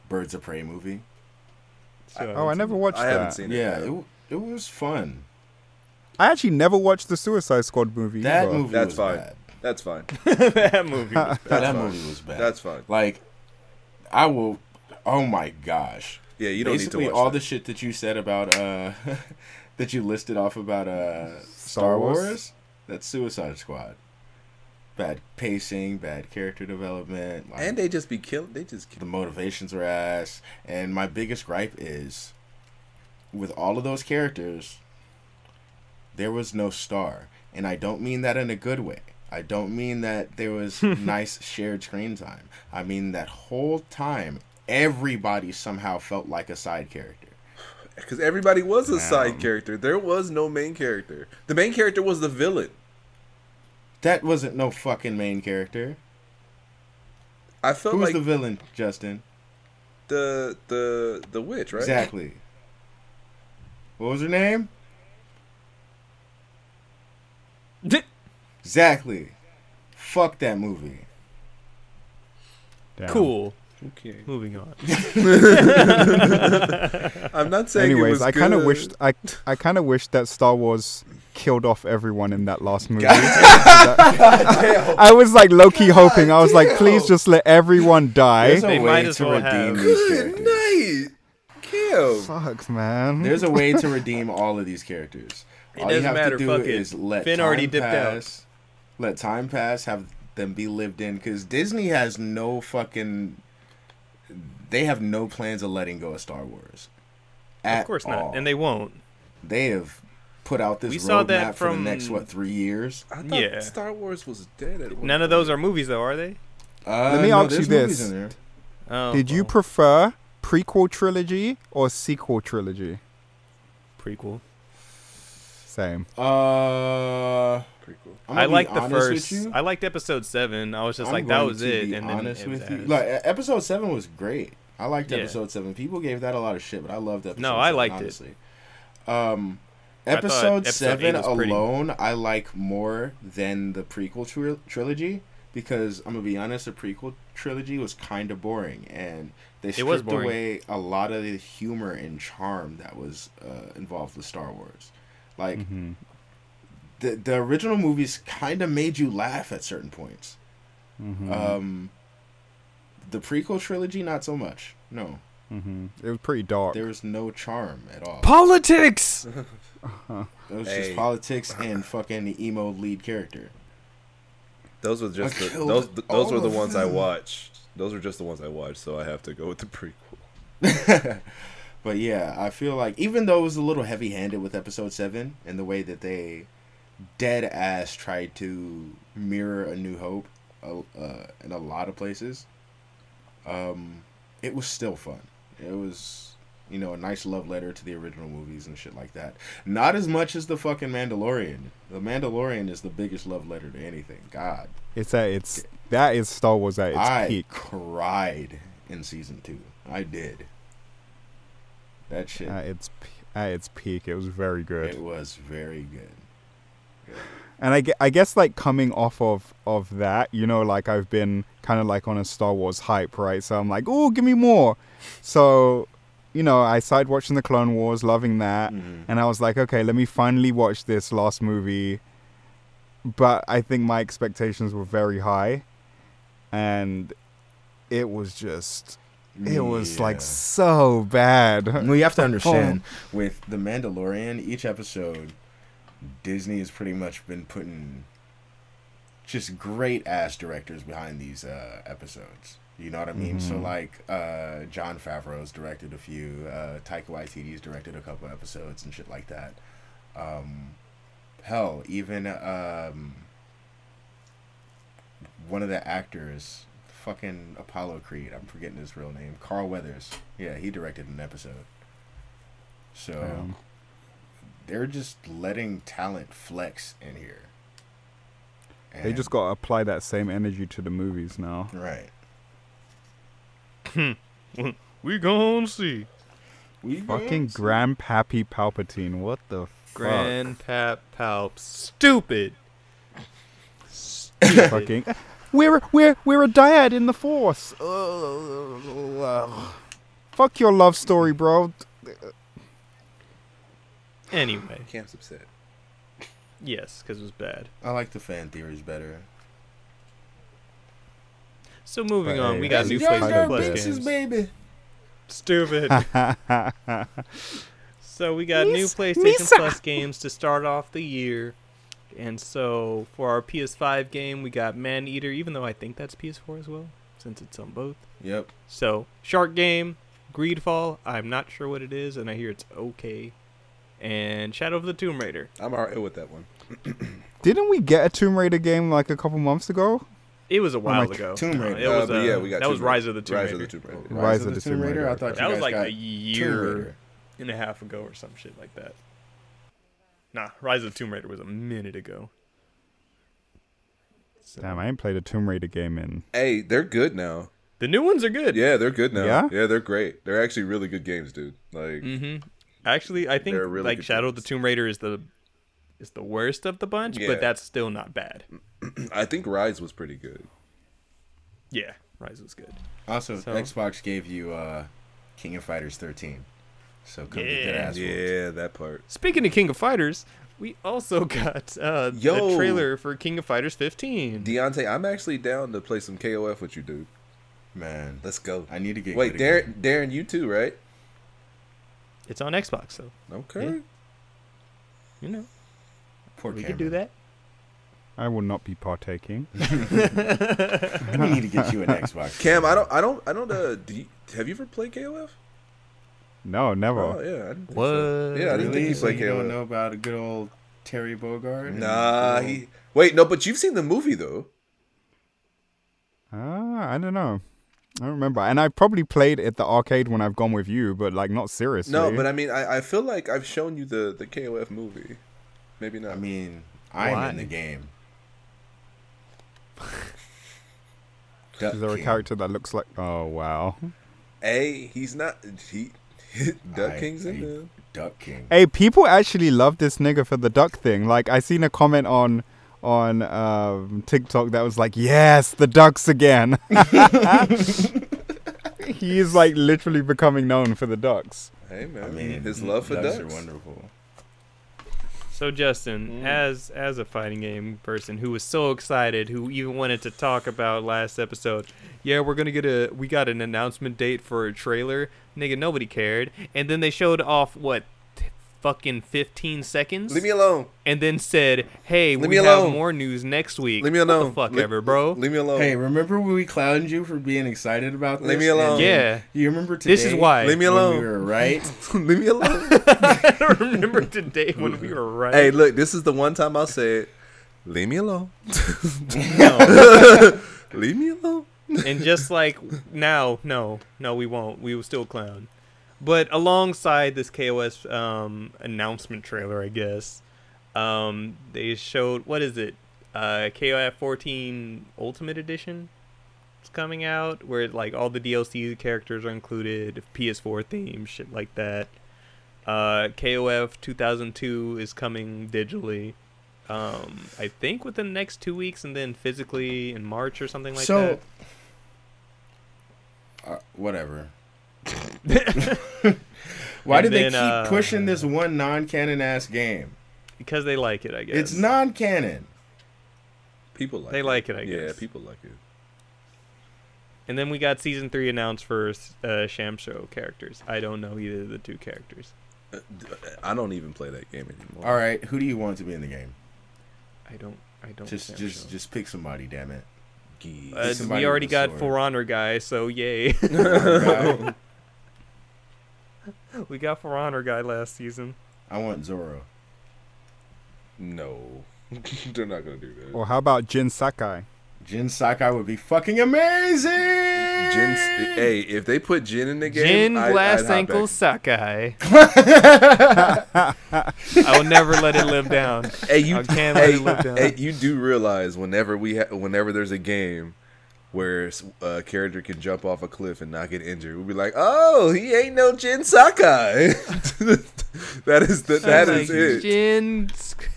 Speaker 2: Birds of Prey movie.
Speaker 1: So-
Speaker 3: Oh, I never watched
Speaker 4: I
Speaker 3: that.
Speaker 4: haven't seen it.
Speaker 2: Yeah, it, w- it was fun.
Speaker 3: I actually never watched the Suicide Squad movie.
Speaker 2: That
Speaker 3: either.
Speaker 2: movie
Speaker 4: That's
Speaker 2: was
Speaker 4: fine.
Speaker 2: bad.
Speaker 4: That's fine.
Speaker 1: that movie. Was
Speaker 2: That
Speaker 4: fine.
Speaker 2: movie was bad.
Speaker 4: That's fine.
Speaker 2: like I will. Oh my gosh!
Speaker 4: Yeah, you don't
Speaker 2: Basically,
Speaker 4: need to watch
Speaker 2: all
Speaker 4: that.
Speaker 2: the shit that you said about uh, that you listed off about uh, Star
Speaker 3: Wars?
Speaker 2: Wars. That's Suicide Squad. Bad pacing, bad character development, like,
Speaker 4: and they just be killed. They just
Speaker 2: the
Speaker 4: kill.
Speaker 2: motivations are ass. And my biggest gripe is with all of those characters, there was no star. And I don't mean that in a good way. I don't mean that there was nice shared screen time. I mean that whole time, everybody somehow felt like a side character.
Speaker 4: because everybody was a side
Speaker 2: Um,
Speaker 4: character. There was no main character. The main character was the villain.
Speaker 2: That wasn't no fucking main character.
Speaker 4: I felt
Speaker 2: Who was
Speaker 4: like
Speaker 2: the
Speaker 4: the,
Speaker 2: villain, Justin?
Speaker 4: the the witch, right?
Speaker 2: Exactly. What was her name?
Speaker 1: Di-
Speaker 2: Exactly. Fuck that movie.
Speaker 3: Damn.
Speaker 1: cool.
Speaker 4: Okay.
Speaker 1: Moving on.
Speaker 4: I'm not saying. it
Speaker 3: Anyways,
Speaker 4: was
Speaker 3: I kind of
Speaker 4: good.
Speaker 3: wished I I kind of wished that Star Wars killed off everyone in that last movie. I was like low key hoping. I was like, please just let everyone die.
Speaker 2: There's a
Speaker 1: They
Speaker 2: way
Speaker 1: might as
Speaker 2: to
Speaker 1: well
Speaker 2: redeem
Speaker 1: have-
Speaker 2: these
Speaker 4: Good
Speaker 2: characters.
Speaker 4: night, Kim.
Speaker 3: Fuck, man.
Speaker 2: There's a way to redeem all of these characters.
Speaker 1: It
Speaker 2: all
Speaker 1: doesn't matter, fuck it.
Speaker 2: let
Speaker 1: Finn
Speaker 2: time
Speaker 1: already dipped out.
Speaker 2: pass. Let time pass. Have them be lived in because Disney has no fucking. They have no plans of letting go of Star Wars. At
Speaker 1: of course not,
Speaker 2: all.
Speaker 1: and they won't.
Speaker 2: they have put out this
Speaker 1: We
Speaker 2: roadmap
Speaker 1: saw that
Speaker 2: for the
Speaker 1: from-
Speaker 2: next what three years.
Speaker 4: I thought
Speaker 1: Yeah.
Speaker 4: Star Wars was dead. At one
Speaker 1: None of
Speaker 4: point.
Speaker 1: those are movies, though, are they?
Speaker 2: Uh,
Speaker 3: Let me
Speaker 2: no,
Speaker 3: ask you
Speaker 2: there's movies
Speaker 3: this.
Speaker 2: in there.
Speaker 1: Oh,
Speaker 3: Did you
Speaker 1: well,
Speaker 3: prefer prequel trilogy or sequel trilogy?
Speaker 1: prequel?
Speaker 3: Same.
Speaker 2: Uh,
Speaker 4: Prequel.
Speaker 2: I'm
Speaker 1: I
Speaker 2: gonna be
Speaker 1: liked the
Speaker 2: honest
Speaker 1: first.
Speaker 2: With you.
Speaker 1: I liked episode seven. I was just
Speaker 2: I'm
Speaker 1: like, that
Speaker 2: going
Speaker 1: was
Speaker 2: to
Speaker 1: it.
Speaker 2: be
Speaker 1: And then
Speaker 2: honest
Speaker 1: it was
Speaker 2: with you,
Speaker 1: ass.
Speaker 2: like e- episode seven was great. I liked
Speaker 1: Yeah.
Speaker 2: episode seven. People gave that a lot of shit, but I loved episode.
Speaker 1: No,
Speaker 2: seven,
Speaker 1: I liked it.
Speaker 2: honestly. it. Um,
Speaker 1: I thought
Speaker 2: episode,
Speaker 1: episode eight
Speaker 2: seven
Speaker 1: was pretty.
Speaker 2: alone, I like more than the prequel tri- trilogy because I'm gonna be honest, the prequel trilogy was kind of boring, and they
Speaker 1: It was
Speaker 2: stripped
Speaker 1: boring.
Speaker 2: away a lot of the humor and charm that was uh, involved with Star Wars. Like
Speaker 1: Mm-hmm.
Speaker 2: the the original movies kind of made you laugh at certain points.
Speaker 1: Mm-hmm.
Speaker 2: Um, the prequel trilogy, not so much. No,
Speaker 3: hmm It was pretty dark.
Speaker 2: there was no charm at all.
Speaker 1: Politics.
Speaker 2: It was
Speaker 4: Hey.
Speaker 2: just politics and fucking the emo lead character.
Speaker 4: Those were just
Speaker 2: I
Speaker 4: the,
Speaker 2: killed
Speaker 4: those th- those
Speaker 2: all
Speaker 4: were the
Speaker 2: of
Speaker 4: ones I
Speaker 2: them.
Speaker 4: watched. Those were just the ones I watched, so I have to go with the prequel.
Speaker 2: But yeah, I feel like even though it was a little heavy handed with episode seven and the way that they dead ass tried to mirror A New Hope uh, uh, in a lot of places, um, it was still fun. It was, you know, a nice love letter to the original movies and shit like that. Not as much as the fucking Mandalorian. The Mandalorian is the biggest love letter to anything. God,
Speaker 3: It's at its that is Star Wars at its
Speaker 2: I
Speaker 3: peak.
Speaker 2: cried in season two. I did. That shit.
Speaker 3: At its p- at its peak, it was very good.
Speaker 2: It was very good.
Speaker 3: and I, gue- I guess like coming off of of that you know like i've been kind of like on a star wars hype right so i'm like oh give me more so you know i started watching the clone wars loving that
Speaker 2: Mm-hmm.
Speaker 3: and i was like okay let me finally watch this last movie but i think my expectations were very high and it was just it was like
Speaker 2: Yeah.
Speaker 3: so bad
Speaker 2: Well, you have to understand with The Mandalorian, each episode, Disney has pretty much been putting just great ass directors behind these uh, episodes. You know what I mean? So
Speaker 3: Mm-hmm.
Speaker 2: like, uh, John Favreau's directed a few, uh, Taika Waititi's directed a couple episodes and shit like that. Um, hell, even um, one of the actors, fucking Apollo Creed, I'm forgetting his real name, Carl Weathers. Yeah, he directed an episode. So
Speaker 3: Damn.
Speaker 2: they're just letting talent flex in here.
Speaker 3: they
Speaker 2: And-
Speaker 3: just got to apply that same energy to the movies now
Speaker 2: right.
Speaker 1: we gonna see.
Speaker 2: We
Speaker 3: Fucking
Speaker 2: good?
Speaker 3: Grandpappy Palpatine. What the fuck?
Speaker 1: Grandpap Palp. Stupid.
Speaker 3: Fucking. We're we're we're a dyad in the force. Fuck your love story, bro.
Speaker 1: Anyway,
Speaker 4: Camp's upset.
Speaker 1: yes, because it was bad.
Speaker 2: I like the fan theories better.
Speaker 1: So moving
Speaker 3: But,
Speaker 1: on,
Speaker 3: hey,
Speaker 1: we got
Speaker 3: it's
Speaker 1: new
Speaker 3: Jar
Speaker 1: places to
Speaker 3: Jar
Speaker 1: play
Speaker 3: Binks'
Speaker 1: games.
Speaker 2: baby.
Speaker 1: Stupid. so we got new
Speaker 3: Miss-
Speaker 1: PlayStation
Speaker 3: Misa.
Speaker 1: Plus games to start off the year. And so for our PS5 game, we got Man Eater, even though I think that's PS4 as well, since it's on both.
Speaker 2: Yep.
Speaker 1: So Shark Game, Greedfall, I'm not sure what it is, and I hear it's okay. And Shadow of the Tomb Raider.
Speaker 4: I'm alright with that one.
Speaker 3: Didn't we get a Tomb Raider game like a couple months ago?
Speaker 1: It
Speaker 4: Oh
Speaker 1: was a while
Speaker 3: my-
Speaker 1: ago.
Speaker 2: Tomb Raider.
Speaker 1: It was,
Speaker 4: but
Speaker 1: uh, that was
Speaker 4: Tomb Raider.
Speaker 1: Rise of the Tomb
Speaker 4: Rise of
Speaker 1: Raider.
Speaker 4: the Tomb Raider.
Speaker 2: Oh,
Speaker 3: Rise of the Tomb Raider.
Speaker 2: I thought
Speaker 1: That
Speaker 2: you
Speaker 1: was
Speaker 2: guys
Speaker 1: like
Speaker 2: got
Speaker 1: a
Speaker 2: Tomb
Speaker 1: year
Speaker 2: Raider.
Speaker 1: and a half ago or some shit like that. Nah, Rise of the Tomb Raider was a minute ago. So-
Speaker 3: Damn, I ain't played a Tomb Raider game in.
Speaker 4: Hey, they're good now.
Speaker 1: The new ones are good.
Speaker 4: Yeah, they're good now.
Speaker 3: Yeah?
Speaker 4: Yeah, they're great. They're actually really good games, dude. Like,
Speaker 1: Mm-hmm. Actually, I think
Speaker 4: They're really
Speaker 1: like
Speaker 4: good
Speaker 1: Shadow of the
Speaker 4: games.
Speaker 1: Tomb Raider is the is the worst of the bunch,
Speaker 4: Yeah. Mm.
Speaker 1: but that's still not bad.
Speaker 4: I think Rise was pretty good.
Speaker 1: Yeah, Rise was good.
Speaker 2: Also,
Speaker 1: So-
Speaker 2: Xbox gave you uh, King of Fighters 13. So come get that
Speaker 1: Yeah.
Speaker 2: ass. whooped.
Speaker 4: Yeah, that part.
Speaker 1: Speaking of King of Fighters, we also got uh, the
Speaker 4: Yo.
Speaker 1: trailer for King of Fighters 15.
Speaker 4: Deontay, I'm actually down to play some KOF with you, dude.
Speaker 2: Man,
Speaker 4: Let's go.
Speaker 2: I need to get
Speaker 4: Wait,
Speaker 2: good again.
Speaker 4: Darren, Darren, you too, right?
Speaker 1: it's on Xbox, so
Speaker 4: Okay.
Speaker 1: Yeah. you know
Speaker 2: Poor
Speaker 1: we
Speaker 2: Cameron.
Speaker 1: could do that.
Speaker 3: I will not be partaking.
Speaker 2: we need to get you an Xbox.
Speaker 4: Cam, I don't, I don't, I don't. Uh, do you, have you ever played KOF?
Speaker 3: No, never.
Speaker 4: Oh yeah. I didn't think
Speaker 1: What?
Speaker 4: So. Yeah, I didn't think
Speaker 2: Really?
Speaker 4: he
Speaker 2: So
Speaker 4: played
Speaker 2: you
Speaker 4: KOF.
Speaker 2: don't know about a good old Terry Bogard? and
Speaker 4: Nah,
Speaker 2: good old-
Speaker 4: he. Wait, no, but you've seen the movie though.
Speaker 3: Ah, I don't know. I don't remember, and I've probably played at the arcade when I've gone with you, but like not seriously.
Speaker 4: No, but I mean, I, I feel like I've shown you the the KOF movie. Maybe not.
Speaker 2: I mean, I'm
Speaker 5: Why?
Speaker 2: in the game. Duck
Speaker 3: is there a
Speaker 2: King.
Speaker 3: character that looks like? Oh wow.
Speaker 4: a he's not he. Duck
Speaker 2: I-
Speaker 4: King's in
Speaker 2: I-
Speaker 4: there.
Speaker 2: Duck King.
Speaker 3: Hey, people actually love this nigga for the duck thing. Like I seen a comment on on um, TikTok that was like, "Yes, the ducks again." he is like literally becoming known for the ducks.
Speaker 4: Hey man,
Speaker 2: I mean,
Speaker 4: his love for
Speaker 2: ducks
Speaker 4: ducks.
Speaker 2: are wonderful.
Speaker 1: So Justin,
Speaker 4: Mm.
Speaker 1: as as a fighting game person who was so excited, who even wanted to talk about last episode, yeah, we're gonna get a we got an announcement date for a trailer, nigga. Nobody cared, and then they showed off what t- fucking fifteen seconds,
Speaker 4: Leave me alone.
Speaker 1: and then said, "Hey,
Speaker 4: Leave
Speaker 1: we
Speaker 4: me
Speaker 1: have
Speaker 4: alone.
Speaker 1: more news next week."
Speaker 4: Leave me
Speaker 1: What
Speaker 4: alone.
Speaker 1: the fuck
Speaker 4: Le-
Speaker 1: ever, bro.
Speaker 4: Leave me alone.
Speaker 2: Hey, remember when we clowned you for being excited about this?
Speaker 4: Oh. Leave me alone.
Speaker 2: And
Speaker 1: Yeah.
Speaker 2: You remember today?
Speaker 1: This is why.
Speaker 4: Leave me
Speaker 2: when
Speaker 4: alone.
Speaker 2: We were right.
Speaker 4: Leave me alone.
Speaker 1: I don't remember today when we were right.
Speaker 4: Hey, look, this is the one time I'll say it. Leave me alone.
Speaker 1: No.
Speaker 4: Leave me alone.
Speaker 1: and just like now, no, no, we won't. We will still clown. But alongside this KOS um, announcement trailer, I guess um, they showed what is it? Uh, KOF 14 Ultimate Edition. It's coming out where like all the DLC characters are included, PS4 themes, shit like that. Uh, KOF 2002 is coming digitally. Um, I think within the next two weeks, and then physically in March or something like that.
Speaker 2: so, uh, whatever. Why
Speaker 1: And
Speaker 2: do they
Speaker 1: then,
Speaker 2: keep
Speaker 1: uh,
Speaker 2: pushing this one non-canon ass game?
Speaker 1: Because they like it, I guess.
Speaker 2: It's non-canon.
Speaker 4: People like
Speaker 1: They
Speaker 4: it.
Speaker 1: like it, I
Speaker 4: Yeah,
Speaker 1: guess.
Speaker 4: people like it.
Speaker 1: And then we got season three announced for uh, Sham Show characters. I don't know either of the two characters.
Speaker 4: Uh, I don't even play that game anymore.
Speaker 2: All right, who do you want to be in the game?
Speaker 1: I don't. I don't.
Speaker 2: Just,
Speaker 1: Sham
Speaker 2: just,
Speaker 1: Show.
Speaker 2: just pick somebody. Damn it.
Speaker 4: Geez.
Speaker 1: Uh,
Speaker 2: somebody
Speaker 1: we already
Speaker 2: with a
Speaker 1: got
Speaker 2: sword.
Speaker 1: For Honor guy, so yay.
Speaker 2: Alright,
Speaker 1: we got For Honor guy last season.
Speaker 2: I want Zoro.
Speaker 4: no, they're not gonna do that.
Speaker 3: Or how about Jin Sakai?
Speaker 2: Jin Sakai would be fucking amazing.
Speaker 4: Jin, hey, if they put Jin in the game,
Speaker 1: Jin
Speaker 4: I,
Speaker 1: Glass
Speaker 4: I'd hop
Speaker 1: Ankle
Speaker 4: back.
Speaker 1: Sakai. I will never let it live down.
Speaker 4: Hey, you,
Speaker 1: I can't let it live
Speaker 4: hey,
Speaker 1: down.
Speaker 4: hey, you do realize whenever we, ha- whenever there's a game where a character can jump off a cliff and not get injured, we'll be like, oh, he ain't no Jin Sakai. that is the, that
Speaker 1: I'm
Speaker 4: is
Speaker 1: like,
Speaker 4: it.
Speaker 1: Jin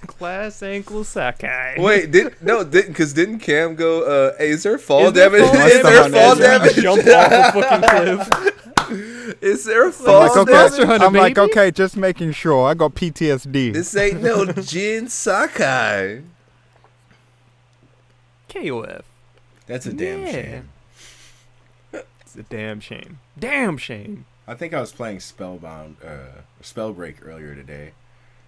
Speaker 1: Glass Ankle Sakai.
Speaker 4: Wait, did no? Didn't because didn't Cam go? Uh, hey, is there fall
Speaker 1: Is there
Speaker 4: damage?
Speaker 1: fall Is
Speaker 4: is there fall
Speaker 3: damage?
Speaker 1: there a
Speaker 4: damage?
Speaker 1: Jump off a fucking cliff.
Speaker 4: Is there a
Speaker 3: I'm
Speaker 4: fall
Speaker 3: like, okay,
Speaker 1: Monster Hunter,
Speaker 3: I'm like,
Speaker 1: baby.
Speaker 3: okay, just making sure. I got PTSD.
Speaker 4: This ain't no Jin Sakai.
Speaker 1: KOF.
Speaker 2: That's a damn
Speaker 1: Yeah.
Speaker 2: shame.
Speaker 1: It's a damn shame. Damn shame.
Speaker 2: I think I was playing Spellbound, uh, Spellbreak earlier today,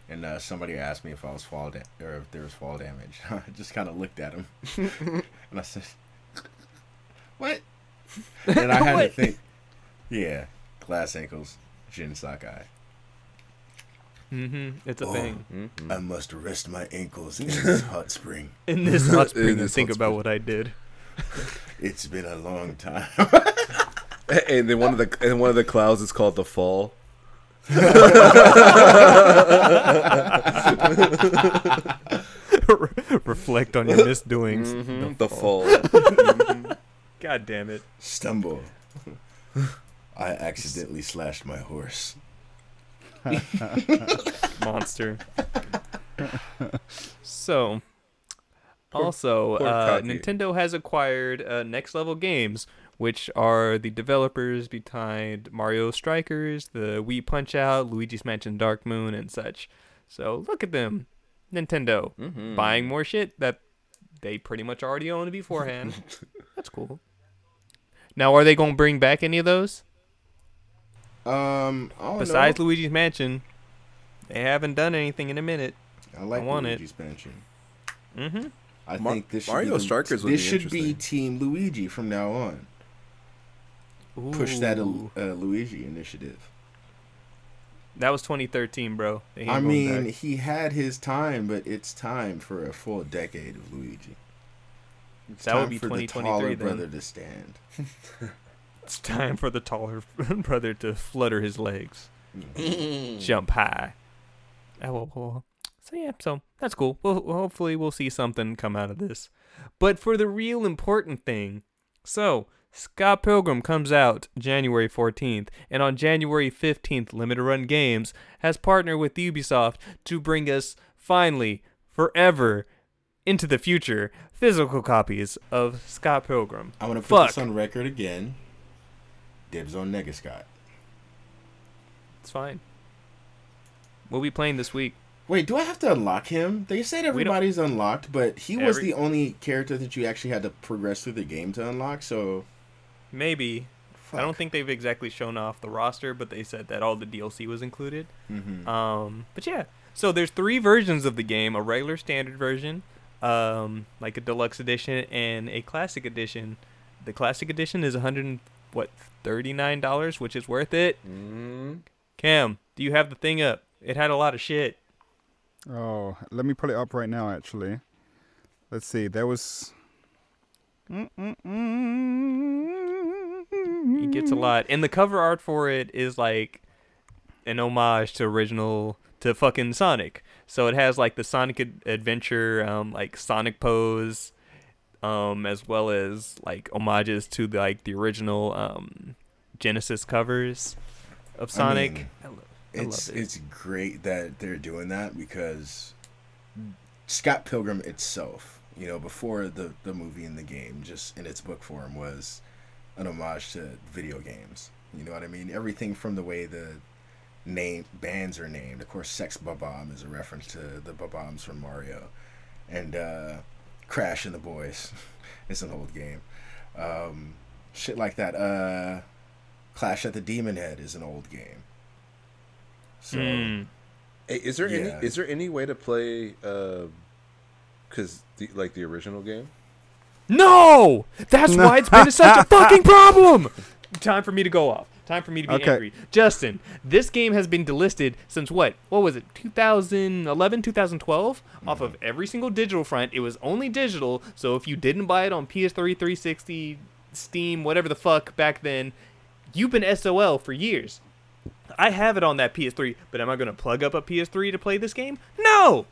Speaker 2: and uh, somebody asked me if I was fall da- or if there was fall damage. I just kind of looked at him, and I said, "What?" And I had to
Speaker 1: What?
Speaker 2: think. Yeah, glass ankles, Jin Sakai.
Speaker 1: Mm-hmm. It's a
Speaker 2: Oh.
Speaker 1: thing.
Speaker 4: Mm-hmm.
Speaker 2: I must rest my ankles in this hot spring.
Speaker 1: In this hot spring,
Speaker 4: this
Speaker 1: and think
Speaker 4: hot
Speaker 1: about
Speaker 4: spring.
Speaker 1: what I did.
Speaker 2: It's been a long time.
Speaker 4: And then one of the and one of the clouds is called the fall.
Speaker 1: Reflect on your misdoings.
Speaker 4: The fall.
Speaker 1: God damn it.
Speaker 2: Stumble. I accidentally slashed my horse.
Speaker 1: Monster. so, also,
Speaker 4: poor
Speaker 1: uh,
Speaker 4: Kage.
Speaker 1: Nintendo has acquired uh, Next Level Games, which are the developers behind Mario Strikers, the Wii Punch Out, Luigi's Mansion Dark Moon, and such. So, look at them. Nintendo.
Speaker 4: Mm-hmm.
Speaker 1: Buying more shit that they pretty much already owned beforehand. That's cool. Now, are they going to bring back any of those?
Speaker 2: Um,
Speaker 4: Oh,
Speaker 2: I don't
Speaker 1: Besides
Speaker 2: know.
Speaker 1: Luigi's Mansion, they haven't done anything in a minute.
Speaker 2: I like
Speaker 1: I want it.
Speaker 2: Luigi's Mansion.
Speaker 1: Mm-hmm.
Speaker 2: I
Speaker 4: Mar-
Speaker 2: think this should
Speaker 4: Mario
Speaker 2: be the-
Speaker 4: Strikers would
Speaker 2: This
Speaker 4: be
Speaker 2: should be
Speaker 4: interesting.
Speaker 2: Team Luigi from now on. Push that Lu- uh, Luigi initiative.
Speaker 1: That was 2013, bro. They ain't
Speaker 2: I
Speaker 1: going
Speaker 2: mean,
Speaker 1: back.
Speaker 2: he had his time, but it's time for a full decade of Luigi. It's
Speaker 1: That would
Speaker 2: time
Speaker 1: be
Speaker 2: for the
Speaker 1: 2023
Speaker 2: taller
Speaker 1: then.
Speaker 2: brother to stand.
Speaker 1: It's time for the taller brother to flutter his legs,
Speaker 2: Mm.
Speaker 1: jump high. Ah, whoa, whoa, whoa. So yeah, so that's cool. Well, hopefully we'll see something come out of this. But for the real important thing, so Scott Pilgrim comes out January 14th, and on January 15th, Limited Run Games has partnered with Ubisoft to bring us finally, forever, into the future, physical copies of Scott Pilgrim.
Speaker 2: I'm gonna put
Speaker 1: Fuck.
Speaker 2: this on record again. Dibs on Nega Scott.
Speaker 1: It's fine. We'll be playing this week.
Speaker 2: Wait, do I have to unlock him? They said
Speaker 1: We don't-
Speaker 2: everybody's unlocked, but he was
Speaker 1: Every-
Speaker 2: the only character that you actually had to progress through the game to unlock. So
Speaker 1: Maybe. I don't think they've exactly shown off the roster, but they said that all the DLC was included. Um, but yeah, so there's three versions of the game: a regular standard version, um, like a deluxe edition, and a classic edition. The classic edition is 100 and, what 39 dollars, which is worth it.
Speaker 4: Mm,
Speaker 1: Cam, do you have the thing up? It had a lot of shit.
Speaker 3: Oh, let me pull it up right now. Actually, let's see. There was.
Speaker 1: It gets a lot, and the cover art for it is like an homage to original to fucking Sonic. So it has like the Sonic Ad- Adventure, um, like Sonic pose, um, as well as like homages to the, like the original um, Genesis covers of Sonic. I,
Speaker 2: mean,
Speaker 1: lo- I
Speaker 2: it's
Speaker 1: love it.
Speaker 2: it's great that they're doing that because Scott Pilgrim itself, you know, before the the movie and the game, just in its book form, was an homage to video games. You know what I mean? Everything from the way the name bands are named. Of course, Sex Bob-omb is a reference to the Bob-ombs from Mario, and uh, Crash and the Boys. it's an old game. Um, shit like that. Uh, Clash at the Demon Head is an old game. So.
Speaker 1: Mm.
Speaker 4: hey, is there
Speaker 2: Yeah.
Speaker 4: any is there any way to play because the, like the original game?
Speaker 1: No, that's why it's been such a fucking problem. Time for me to go off. Time for me to be
Speaker 3: Okay.
Speaker 1: angry. Justin, this game has been delisted since what? What was it? 2011, 2012? Off of every single digital front. It was only digital, so if you didn't buy it on PS3, 360, Steam, whatever the fuck back then, you've been SOL for years. I have it on that PS3, but am I going to plug up a PS3 to play this game? No!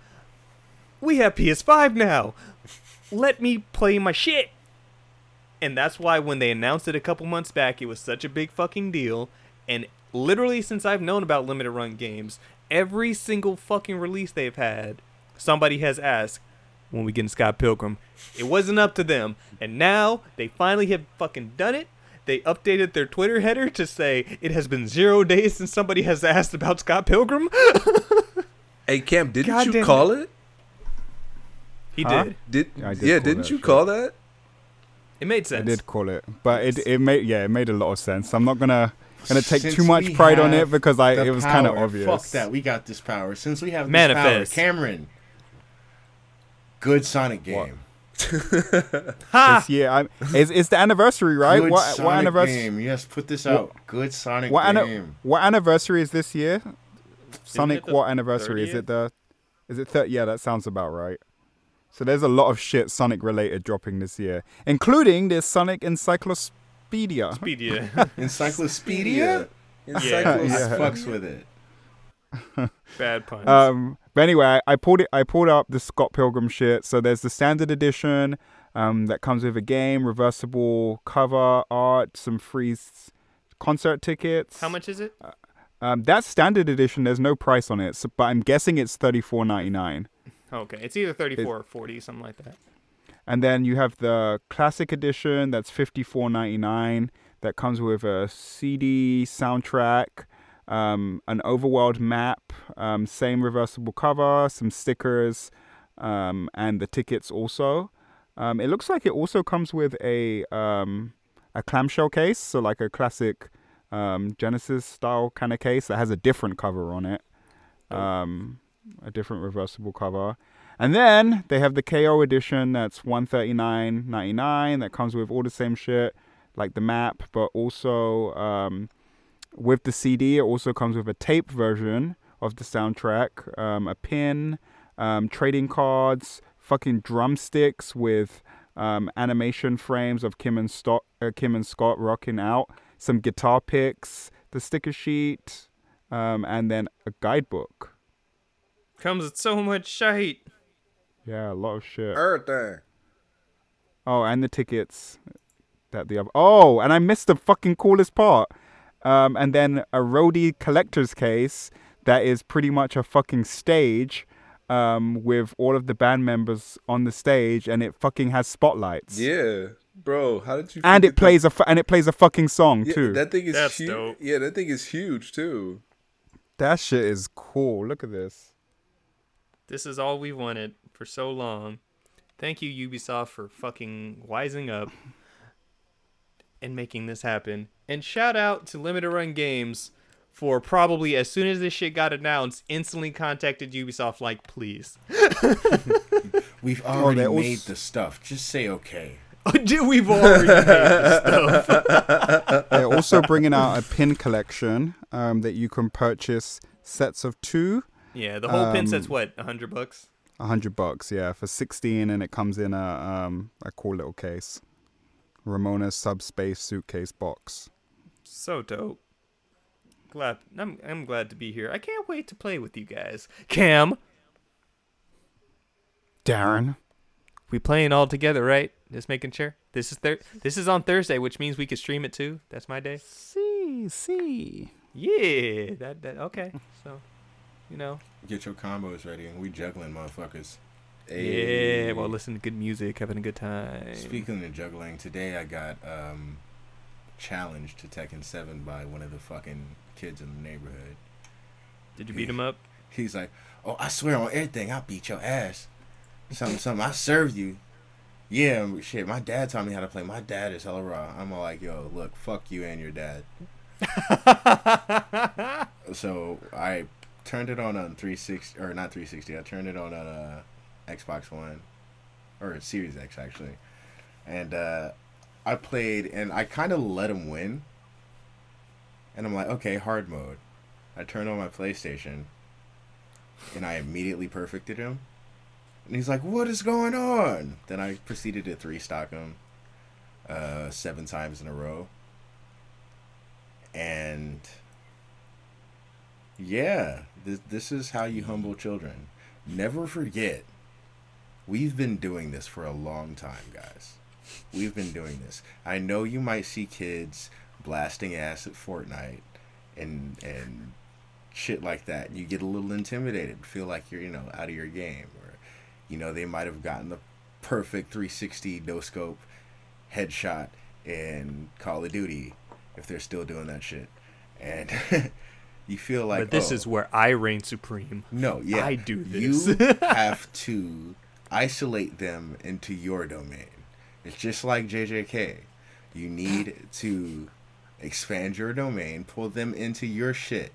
Speaker 1: We have PS5 now. Let me play my shit. And that's why when they announced it a couple months back, it was such a big fucking deal. And literally since I've known about limited run games, every single fucking release they've had, somebody has asked, when we get in Scott Pilgrim, it wasn't up to them. And now they finally have fucking done it. They updated their Twitter header to say it has been zero days since somebody has asked about Scott Pilgrim.
Speaker 4: Hey Cam, didn't
Speaker 1: God damn
Speaker 4: you call it?
Speaker 1: he
Speaker 3: Huh?
Speaker 1: did.
Speaker 4: Did,
Speaker 3: Yeah, I did
Speaker 4: yeah?
Speaker 3: call
Speaker 4: Didn't
Speaker 3: that
Speaker 4: you
Speaker 3: shit.
Speaker 4: call that?
Speaker 1: It made
Speaker 3: I
Speaker 1: sense.
Speaker 3: did call it, but it it made yeah it made a lot of sense. I'm not gonna gonna take too
Speaker 2: Since
Speaker 3: much
Speaker 2: we
Speaker 3: pride on
Speaker 2: have
Speaker 3: it because I
Speaker 2: the
Speaker 3: it was kind of
Speaker 2: power.
Speaker 3: obvious.
Speaker 2: Fuck that. We got this power. Since we have
Speaker 1: Manifest.
Speaker 2: this power, Cameron. Good Sonic game.
Speaker 1: Ha!
Speaker 3: This year, I'm, it's, it's the anniversary, right?
Speaker 2: Good
Speaker 3: What
Speaker 2: Sonic
Speaker 3: what anniversary?
Speaker 2: game. Yes, put this out. Good Sonic
Speaker 3: What, anni-
Speaker 2: game.
Speaker 3: what anniversary is this year? Sonic.
Speaker 1: the
Speaker 3: What anniversary is
Speaker 1: 30th?
Speaker 3: it? The is it thirty? Yeah, that sounds about right. So there's a lot of shit Sonic related dropping this year, including this Sonic Encyclopedia.
Speaker 1: Wikipedia.
Speaker 2: Encyclopedia. I
Speaker 4: Encyclopedia.
Speaker 2: fucks with it.
Speaker 1: Bad puns.
Speaker 3: Um, but anyway, I, I pulled it. I pulled up the Scott Pilgrim shit. So there's the standard edition um, that comes with a game, reversible cover art, some free s- concert tickets.
Speaker 1: How much is it?
Speaker 3: Um, that's standard edition. There's no price on it, so, but I'm guessing it's thirty four ninety nine.
Speaker 1: Okay, it's either 34 or 40, something like that.
Speaker 3: And then you have the classic edition that's fifty four ninety nine. That comes with a CD soundtrack, um, an overworld map, um, same reversible cover, some stickers, um, and the tickets also. Um, it looks like it also comes with a um, a clamshell case, so like a classic um, Genesis style kind of case that has a different cover on it, um, a different reversible cover. And then they have the KO edition that's one thirty nine ninety nine that comes with all the same shit, like the map, but also um, with the CD, it also comes with a tape version of the soundtrack, um, a pin, um, trading cards, fucking drumsticks with um, animation frames of Kim and, Sto- uh, Kim and Scott rocking out, some guitar picks, the sticker sheet, um, and then a guidebook.
Speaker 1: Comes with so much shite.
Speaker 3: Yeah, a lot of shit.
Speaker 4: Everything.
Speaker 3: Oh, and the tickets that the other. Oh, and I missed the fucking coolest part. Um, and then a roadie collector's case that is pretty much a fucking stage um, with all of the band members on the stage, and it fucking has spotlights.
Speaker 4: Yeah, bro. How did you?
Speaker 3: And
Speaker 4: forget
Speaker 3: it plays a fu- and it plays a fucking song
Speaker 4: That, yeah,
Speaker 3: too.
Speaker 4: that thing is
Speaker 1: That's
Speaker 4: huge.
Speaker 1: dope.
Speaker 4: Yeah, that thing is huge too.
Speaker 3: that shit is cool. Look at this.
Speaker 1: This is all we wanted for so long. Thank you, Ubisoft, for fucking wising up and making this happen. And shout out to Limited Run Games for probably as soon as this shit got announced, instantly contacted Ubisoft like, please.
Speaker 2: We've already
Speaker 3: they're all
Speaker 2: made
Speaker 3: s-
Speaker 2: the stuff. Just say okay.
Speaker 1: Dude, we've already made this stuff.
Speaker 3: They're also bringing out a pin collection um, that you can purchase sets of two.
Speaker 1: Yeah, the whole pin
Speaker 3: Um,
Speaker 1: set's what, a hundred bucks?
Speaker 3: A hundred bucks, yeah, for sixteen, and it comes in a um a cool little case, Ramona subspace suitcase box.
Speaker 1: So dope. Glad I'm I'm glad to be here. I can't wait to play with you guys. Cam,
Speaker 3: Darren,
Speaker 1: we playing all together, right? Just making sure. This is thir- this is on Thursday, which means we can stream it too. That's my day.
Speaker 3: see, see,
Speaker 1: Yeah. That that okay. So, you know.
Speaker 2: Get your combos ready, and we juggling, motherfuckers.
Speaker 4: Ayy.
Speaker 1: Yeah. Well, listen to good music, having a good time.
Speaker 2: Speaking of juggling, today I got um, challenged to Tekken 7 by one of the fucking kids in the neighborhood.
Speaker 1: Did you beat him up?
Speaker 2: He's like, "Oh, I swear on everything, I'll beat your ass." Something, something. I served you. Yeah, m- shit. My dad taught me how to play. My dad is hella raw. I'm all like, "Yo, look, fuck you and your dad." so I turned it on on 360 or not 360. I turned it on on uh, Xbox One or Series X actually, and uh, I played and I kind of let him win. And I'm like, okay, hard mode. I turned on my PlayStation and I immediately perfected him. And he's like, "What is going on?" Then I proceeded to three stock him, uh, seven times in a row, and yeah, this this is how you humble children. Never forget, we've been doing this for a long time, guys. We've been doing this. I know you might see kids blasting ass at Fortnite and and shit like that and you get a little intimidated feel like you're you know out of your game or you know they might have gotten the perfect 360 no scope headshot in call of duty if they're still doing that shit and you feel like
Speaker 1: but this
Speaker 2: oh,
Speaker 1: is where I reign supreme.
Speaker 2: no yeah
Speaker 1: I do
Speaker 2: you have to isolate them into your domain it's just like jjk you need to expand your domain pull them into your shit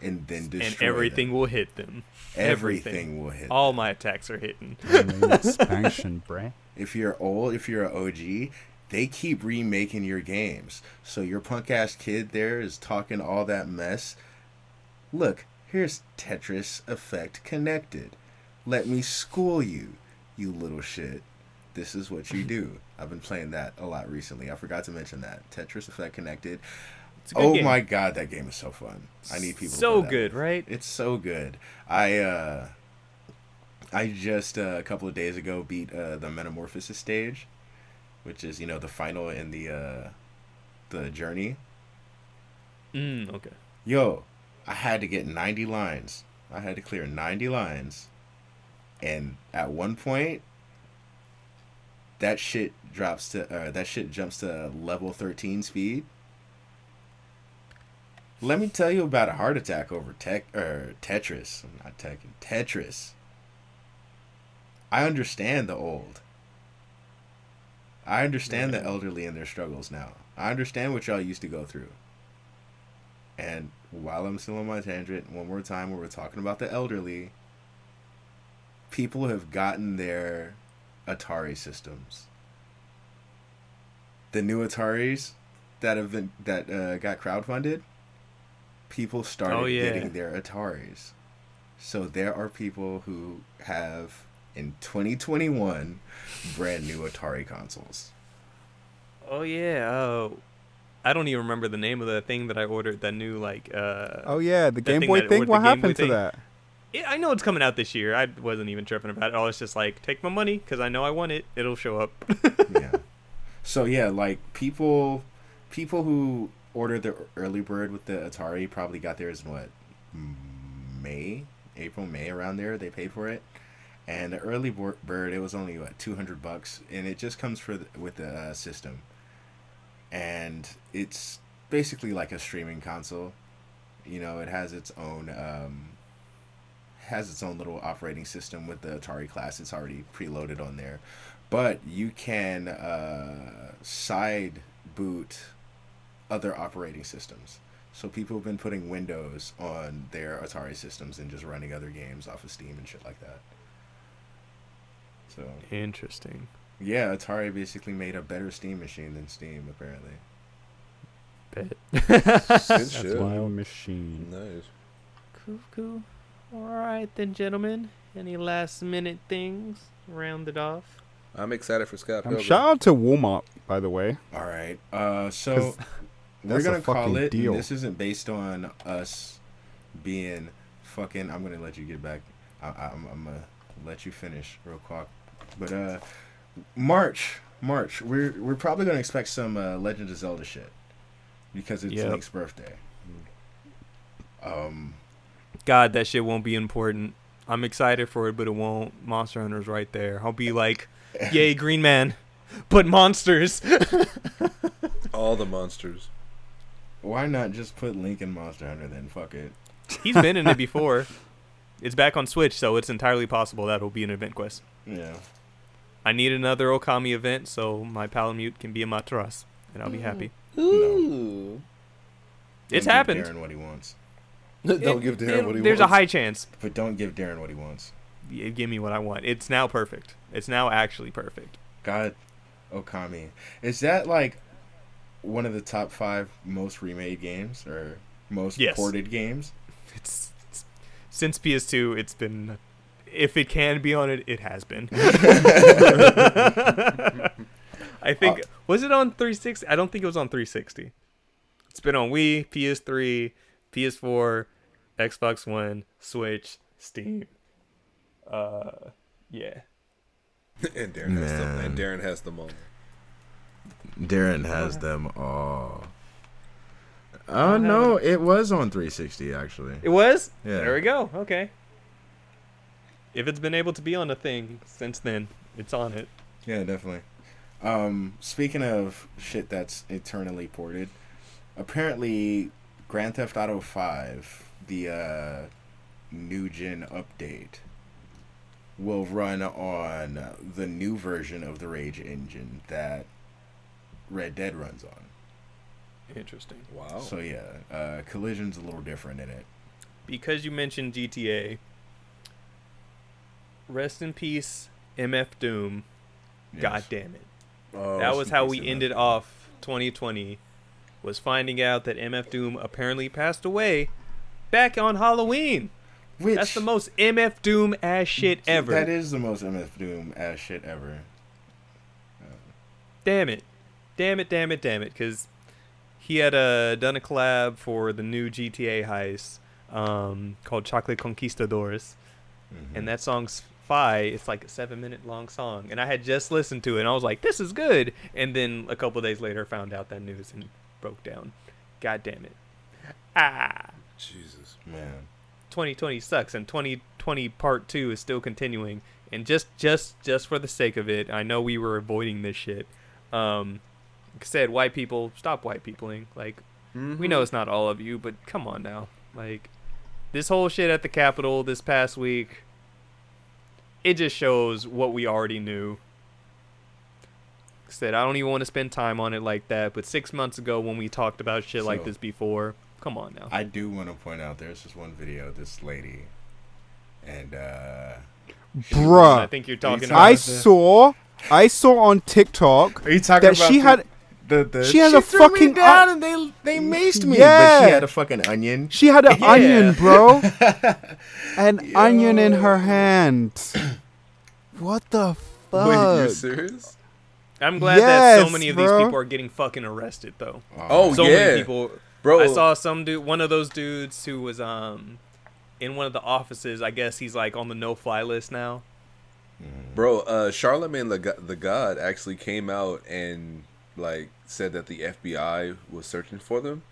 Speaker 2: and then destroy
Speaker 1: And
Speaker 2: them.
Speaker 1: everything will hit them.
Speaker 2: Everything will hit
Speaker 1: All my attacks are hitting.
Speaker 3: expansion, bruh.
Speaker 2: if you're old, if you're an OG, they keep remaking your games. So your punk ass kid there is talking all that mess. Look, here's Tetris Effect Connected. Let me school you, you little shit. This is what you do. I've been playing that a lot recently. I forgot to mention that. Tetris Effect Connected.
Speaker 1: It's a good
Speaker 2: Oh
Speaker 1: game.
Speaker 2: my god, that game is so fun. I need people to
Speaker 1: So
Speaker 2: play that
Speaker 1: good,
Speaker 2: with.
Speaker 1: right?
Speaker 2: It's so good. I uh I just uh, a couple of days ago beat uh, the Metamorphosis stage, which is you know the final in the uh, the journey.
Speaker 1: Mm, okay.
Speaker 2: Yo, I had to get ninety lines. I had to clear ninety lines, and at one point, that shit drops to uh, that shit jumps to level thirteen speed. Let me tell you about a heart attack over tech or Tetris. I'm not Tekken. Tetris. I understand the old. I understand the elderly and their struggles now. I understand what y'all used to go through. And while I'm still on my tangent, one more time, where we're talking about the elderly, people have gotten their Atari systems. The new Ataris that have been that uh, got crowdfunded, people started
Speaker 1: Oh, yeah.
Speaker 2: getting their Ataris. So there are people who have in 2021 brand new Atari consoles.
Speaker 1: Oh yeah. Oh, I don't even remember the name of the thing that I ordered. That new like. Uh,
Speaker 3: Oh yeah, the Game
Speaker 1: thing
Speaker 3: Boy
Speaker 1: that-
Speaker 3: thing.
Speaker 1: with the
Speaker 3: What
Speaker 1: Game Boy
Speaker 3: happened to
Speaker 1: thing.
Speaker 3: that?
Speaker 1: it, I know it's coming out this year. I wasn't even tripping about it. I was just like, take my money because I know I want it. It'll show up.
Speaker 2: yeah. So yeah, like people, people who ordered the early bird with the Atari probably got theirs in what May, April, May around there. They paid for it, and the early bor- bird it was only what two hundred bucks, and it just comes for the, with the uh, system, and it's basically like a streaming console. You know, it has its own. Um, has its own little operating system with the Atari class. It's already preloaded on there but you can uh, side boot other operating systems. So people have been putting Windows on their Atari systems and just running other games off of Steam and shit like that. So
Speaker 1: Interesting.
Speaker 2: yeah, Atari basically made a better Steam machine than Steam apparently.
Speaker 1: Bet.
Speaker 4: Good
Speaker 3: That's
Speaker 4: shit.
Speaker 3: my machine.
Speaker 4: Nice.
Speaker 1: Cool, cool. All right then, gentlemen. Any last minute things? Round it off.
Speaker 4: I'm excited for Scott
Speaker 3: Um,
Speaker 4: Pilgrim.
Speaker 3: shout out to Walmart, by the way.
Speaker 2: All right, uh, so
Speaker 3: 'Cause
Speaker 2: we're
Speaker 3: that's a
Speaker 2: gonna call
Speaker 3: fucking
Speaker 2: it.
Speaker 3: deal.
Speaker 2: This isn't based on us being fucking. I'm gonna let you get back. I, I'm, I'm gonna let you finish real quick. But uh, March, March, we're we're probably gonna expect some uh, Legend of Zelda shit because it's
Speaker 1: Yep.
Speaker 2: Link's birthday. Um,
Speaker 1: God, that shit won't be important. I'm excited for it, but it won't. Monster Hunter's right there. I'll be like, yay, Green Man, but monsters.
Speaker 4: all the monsters.
Speaker 2: why not just put Link in Monster Hunter then? Fuck it.
Speaker 1: He's been in it before. It's back on Switch, so it's entirely possible that'll be an event quest.
Speaker 2: Yeah.
Speaker 1: I need another Okami event so my Palamute can be in my Taras, and I'll be happy.
Speaker 4: Ooh.
Speaker 1: It's
Speaker 2: Don't give
Speaker 1: happened.
Speaker 2: Darren what he wants,
Speaker 4: Don't
Speaker 1: It-
Speaker 4: give Darren
Speaker 1: there-
Speaker 4: what he
Speaker 1: There's a
Speaker 4: wants.
Speaker 1: high chance.
Speaker 2: but don't give Darren what he wants.
Speaker 1: Y- Give me what I want. It's now perfect. It's now actually perfect.
Speaker 2: God, Okami. Is that like one of the top five most remade games or most
Speaker 1: Yes.
Speaker 2: ported games?
Speaker 1: It's, it's since PS2. It's been, if it can be on it, it has been. I think was it on 360? I don't think it was on 360. It's been on Wii, PS3, PS4, Xbox One, Switch, Steam. Uh, yeah.
Speaker 4: and Darren has them.
Speaker 2: Man.
Speaker 4: And Darren has them all.
Speaker 2: Darren has them all.
Speaker 1: I
Speaker 2: Oh
Speaker 1: don't have
Speaker 2: no, it was on 360 actually.
Speaker 1: It was?
Speaker 2: Yeah.
Speaker 1: There we go. Okay. If it's been able to be on a thing since then, it's on it.
Speaker 2: Yeah, definitely. Um, speaking of shit that's eternally ported, apparently Grand Theft Auto 5, the uh, new gen update, will run on the new version of the Rage engine that Red Dead runs on.
Speaker 1: Interesting.
Speaker 4: Wow.
Speaker 2: So yeah, uh, collision's a little different in it.
Speaker 1: Because you mentioned GTA, rest in peace, MF Doom.
Speaker 2: Yes.
Speaker 1: God damn it.
Speaker 4: Oh,
Speaker 1: that was how we
Speaker 4: something
Speaker 1: ended
Speaker 4: like
Speaker 1: off 2020 was finding out that MF Doom apparently passed away back on Halloween.
Speaker 2: Which,
Speaker 1: That's the most MF Doom ass shit ever.
Speaker 2: That is the most MF Doom ass shit ever.
Speaker 1: damn it damn it damn it damn it because he had uh, done a collab for the new gta heist um, called chocolate conquistadores and that song's fi it's like a seven minute long song and i had just listened to it and i was like this is good and then a couple days later found out that news and broke down god damn it ah
Speaker 4: that. Jesus.
Speaker 2: Man.
Speaker 1: 2020 sucks and 2020 part 2 is still continuing and just just just for the sake of it i know we were avoiding this shit um like I said white people stop white peopling like
Speaker 3: Mm-hmm.
Speaker 1: we know it's not all of you but come on now like this whole shit at the capitol this past week it just shows what we already knew Like I said i don't even want to spend time on it like that but six months ago when we talked about shit like
Speaker 2: So-
Speaker 1: this before come on now
Speaker 2: I do want to point out there's this one video of this lady, and uh,
Speaker 1: i
Speaker 3: Bruh,
Speaker 1: think you're talking
Speaker 2: talking
Speaker 1: about
Speaker 3: I
Speaker 2: about the-
Speaker 3: saw, I saw on TikTok
Speaker 2: are you talking
Speaker 3: that she had,
Speaker 2: the, the
Speaker 3: she had a
Speaker 2: threw me
Speaker 3: fucking
Speaker 2: down
Speaker 3: onion.
Speaker 2: and they they maced me, but
Speaker 3: Yeah.
Speaker 2: she had a fucking onion.
Speaker 3: she had an
Speaker 1: Yeah.
Speaker 3: onion, bro, an onion in her hand. What the fuck?
Speaker 4: Wait, you're serious?
Speaker 1: I'm glad that so
Speaker 3: Yes,
Speaker 1: many of
Speaker 3: bro.
Speaker 1: these people are getting fucking arrested though.
Speaker 4: Oh
Speaker 1: so
Speaker 4: yeah,
Speaker 1: many people.
Speaker 4: bro.
Speaker 1: I saw some dude, one of those dudes who was um in one of the offices. I guess he's like on the no-fly list now.
Speaker 4: Bro, uh, Charlemagne the, Go- the God actually came out and like said that the FBI was searching for them,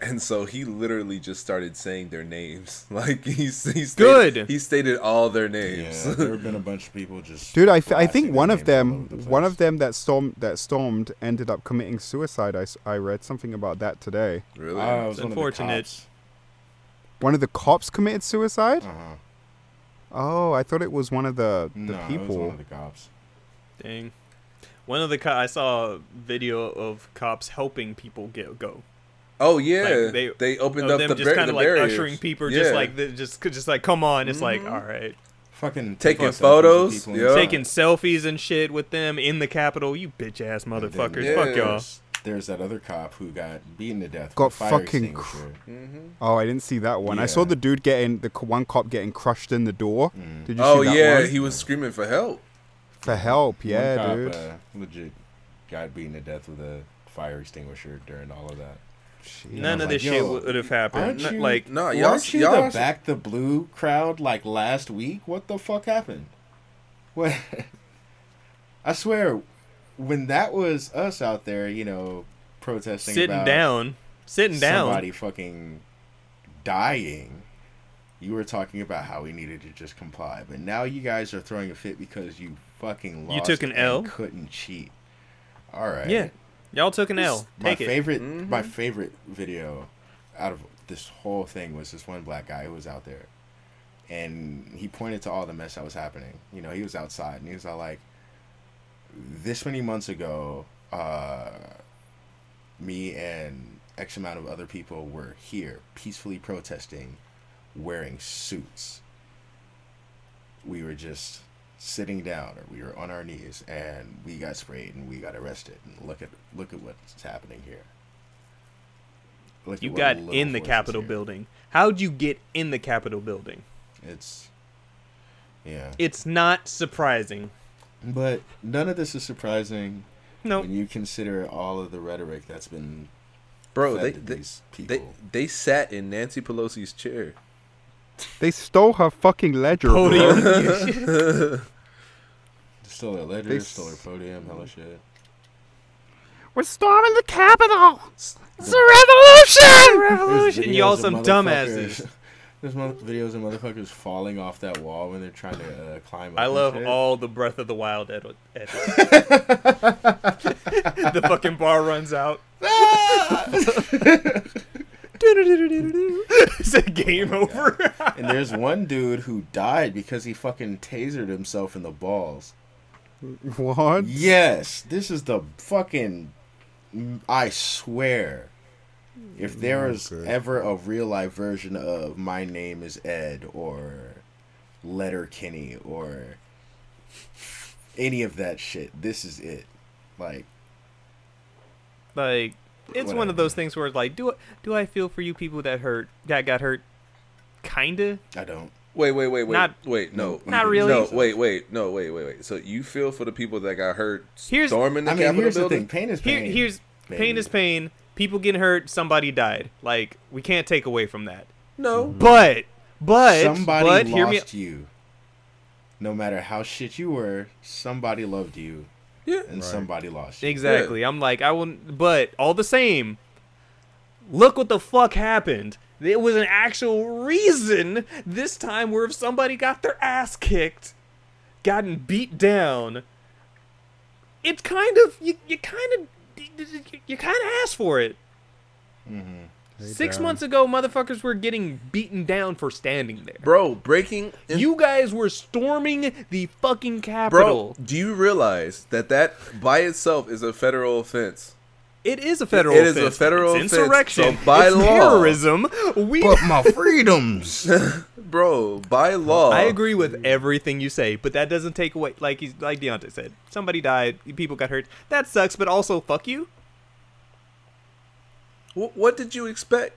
Speaker 4: and so he literally just started saying their names. Like he's he stated,
Speaker 1: Good.
Speaker 4: He stated all their
Speaker 2: Yeah,
Speaker 4: names.
Speaker 2: there have been a bunch of people just.
Speaker 3: Dude, I, f- I
Speaker 2: blasting
Speaker 3: think
Speaker 2: their
Speaker 3: one of
Speaker 2: names all
Speaker 3: them,
Speaker 2: over the
Speaker 3: one
Speaker 2: place.
Speaker 3: of them that stormed that stormed ended up committing suicide. I, s- I read something about that today.
Speaker 4: really?
Speaker 2: Ah,
Speaker 1: It's
Speaker 2: it was one of the
Speaker 1: unfortunate.
Speaker 2: cops.
Speaker 3: One of the cops committed suicide.
Speaker 2: Uh-huh.
Speaker 3: Oh, I thought it was one of the the
Speaker 2: No, it was one
Speaker 3: people.
Speaker 2: of the cops.
Speaker 1: Dang. One of the co- I saw a video of cops helping people get go.
Speaker 4: oh yeah,
Speaker 1: Like,
Speaker 4: they
Speaker 1: they-
Speaker 4: opened
Speaker 1: Of
Speaker 4: up
Speaker 1: them
Speaker 4: the,
Speaker 1: just
Speaker 4: bar-
Speaker 1: kind
Speaker 4: the
Speaker 1: of like
Speaker 4: barriers.
Speaker 1: ushering people,
Speaker 4: Yeah.
Speaker 1: just like th- just just like come on. It's
Speaker 2: Mm-hmm.
Speaker 1: like all right,
Speaker 2: Fucking
Speaker 4: Taking
Speaker 2: people are selfies with
Speaker 4: photos,
Speaker 2: people
Speaker 4: yeah.
Speaker 2: inside.
Speaker 1: taking selfies and shit with them in the Capitol. You bitch ass
Speaker 2: And then
Speaker 1: motherfuckers.
Speaker 4: Yeah.
Speaker 1: Fuck y'all.
Speaker 2: There's, there's that other cop who got beaten to death.
Speaker 3: Got
Speaker 2: with a fire
Speaker 3: fucking cr-
Speaker 2: extinguisher.
Speaker 3: Oh, I didn't see that one. I saw
Speaker 2: Yeah. Mm.
Speaker 3: the dude getting the c- one cop getting crushed in the door. Did you
Speaker 4: oh
Speaker 3: see that
Speaker 4: yeah,
Speaker 3: one?
Speaker 4: he was screaming for help.
Speaker 3: For help,
Speaker 2: One
Speaker 3: yeah,
Speaker 2: cop,
Speaker 3: dude.
Speaker 2: Uh, legit got beaten to death with a fire extinguisher during all of that.
Speaker 3: Shit.
Speaker 1: None
Speaker 2: I
Speaker 1: of
Speaker 2: was
Speaker 1: this
Speaker 2: like,
Speaker 1: shit
Speaker 2: yo,
Speaker 1: would have
Speaker 2: aren't
Speaker 1: happened. N-
Speaker 2: you-
Speaker 1: like
Speaker 4: No,
Speaker 2: Weren't
Speaker 4: y'all,
Speaker 2: you
Speaker 4: y'all
Speaker 2: the back the blue crowd like last week? What the fuck happened? What? I swear, when that was us out there, you know, protesting,
Speaker 1: sitting
Speaker 2: about
Speaker 1: down, sitting down.
Speaker 2: somebody fucking dying. You were talking about how we needed to just comply, but now you guys are throwing a fit because you fucking
Speaker 1: You
Speaker 2: lost.
Speaker 1: took an
Speaker 2: and
Speaker 1: L?
Speaker 2: Couldn't cheat. All right.
Speaker 1: Yeah, y'all took an L.
Speaker 2: My
Speaker 1: Take it.
Speaker 2: favorite, my favorite video out of this whole thing was this one black guy who was out there, and he pointed to all the mess that was happening. You know, he was outside and he was all like, "This many months ago, uh, me and X amount of other people were here peacefully protesting, wearing suits. We were just." sitting down or we were on our knees and we got sprayed and we got arrested and look at look at what's happening here. Look
Speaker 1: You
Speaker 2: at what
Speaker 1: got
Speaker 2: little
Speaker 1: in the
Speaker 2: force is
Speaker 1: Capitol
Speaker 2: here.
Speaker 1: building. How'd you get in the Capitol building?
Speaker 2: It's yeah.
Speaker 1: It's not surprising.
Speaker 2: but none of this is surprising
Speaker 1: No,
Speaker 2: when you consider all of the rhetoric that's been
Speaker 4: bro.
Speaker 2: fed
Speaker 4: They
Speaker 2: to
Speaker 4: they,
Speaker 2: these
Speaker 4: they
Speaker 2: people.
Speaker 4: they sat in Nancy Pelosi's chair.
Speaker 3: They stole her fucking ledger. bro.
Speaker 1: podium.
Speaker 2: Still their ledger,
Speaker 3: They
Speaker 2: still their
Speaker 3: s-
Speaker 2: podium, hella shit.
Speaker 3: We're storming the Capitol. It's a revolution.
Speaker 2: There's
Speaker 1: Revolution. Y'all
Speaker 2: videos of
Speaker 1: some
Speaker 2: motherfuckers-
Speaker 1: dumbasses.
Speaker 2: There's mo- videos of motherfuckers falling off that wall when they're trying to uh, climb up.
Speaker 1: I
Speaker 2: and
Speaker 1: love
Speaker 2: shit.
Speaker 1: all the Breath of the Wild edit. edits. the fucking bar runs out.
Speaker 2: Ah!
Speaker 1: it's a game
Speaker 2: Oh
Speaker 1: over.
Speaker 2: And there's one dude who died because he fucking tasered himself in the balls.
Speaker 3: What?
Speaker 2: Yes, this is the fucking. I swear. If there
Speaker 1: Mm,
Speaker 2: was ever a real life version of My Name is Ed or Letter Kenny or any of that shit, this is it. Like,
Speaker 1: like it's one
Speaker 2: Whatever.
Speaker 1: of those things where it's like, do I, do I feel for you people that hurt that got hurt? Kinda.
Speaker 2: I don't.
Speaker 4: Wait, wait, wait, wait.
Speaker 1: Not-
Speaker 4: wait, no.
Speaker 1: not really.
Speaker 4: No, wait, wait, no, wait, wait, wait. So you feel for the people that got hurt
Speaker 1: Here's-
Speaker 4: storming the
Speaker 2: I mean,
Speaker 4: Capitol
Speaker 2: here's the
Speaker 4: building?
Speaker 2: thing pain is
Speaker 1: Here,
Speaker 2: pain.
Speaker 1: here's pain
Speaker 2: Maybe.
Speaker 1: is pain. People getting hurt. Somebody died. Like we can't take away from that.
Speaker 4: No.
Speaker 1: But but
Speaker 2: somebody
Speaker 1: but
Speaker 2: lost
Speaker 1: hear me.
Speaker 2: you. No matter how shit you were, somebody loved you,
Speaker 4: Yeah.
Speaker 2: and somebody lost you.
Speaker 1: Exactly. I'm like I will. But all the same, look what the fuck happened. It was an actual reason this time where if somebody got their ass kicked, gotten beat down, it's kind of you. You kind of you kind of asked for it.
Speaker 4: Mm-hmm.
Speaker 1: Six
Speaker 3: down.
Speaker 1: months ago, motherfuckers were getting beaten down for standing there.
Speaker 4: Bro, breaking in-
Speaker 1: You guys were storming the fucking Capitol.
Speaker 4: Bro, do you realize that that by itself is a federal offense?
Speaker 1: It is a federal.
Speaker 4: It is a
Speaker 1: offense.
Speaker 4: federal
Speaker 1: It's
Speaker 4: offense,
Speaker 1: insurrection.
Speaker 4: so by
Speaker 1: it's
Speaker 4: law-
Speaker 1: terrorism. We.
Speaker 2: my freedoms.
Speaker 4: Bro, by law.
Speaker 1: I agree with everything you say, but that doesn't take away. Like he's like Deontay said, somebody died, people got hurt. That sucks, but also fuck you.
Speaker 4: Wh- what did you expect?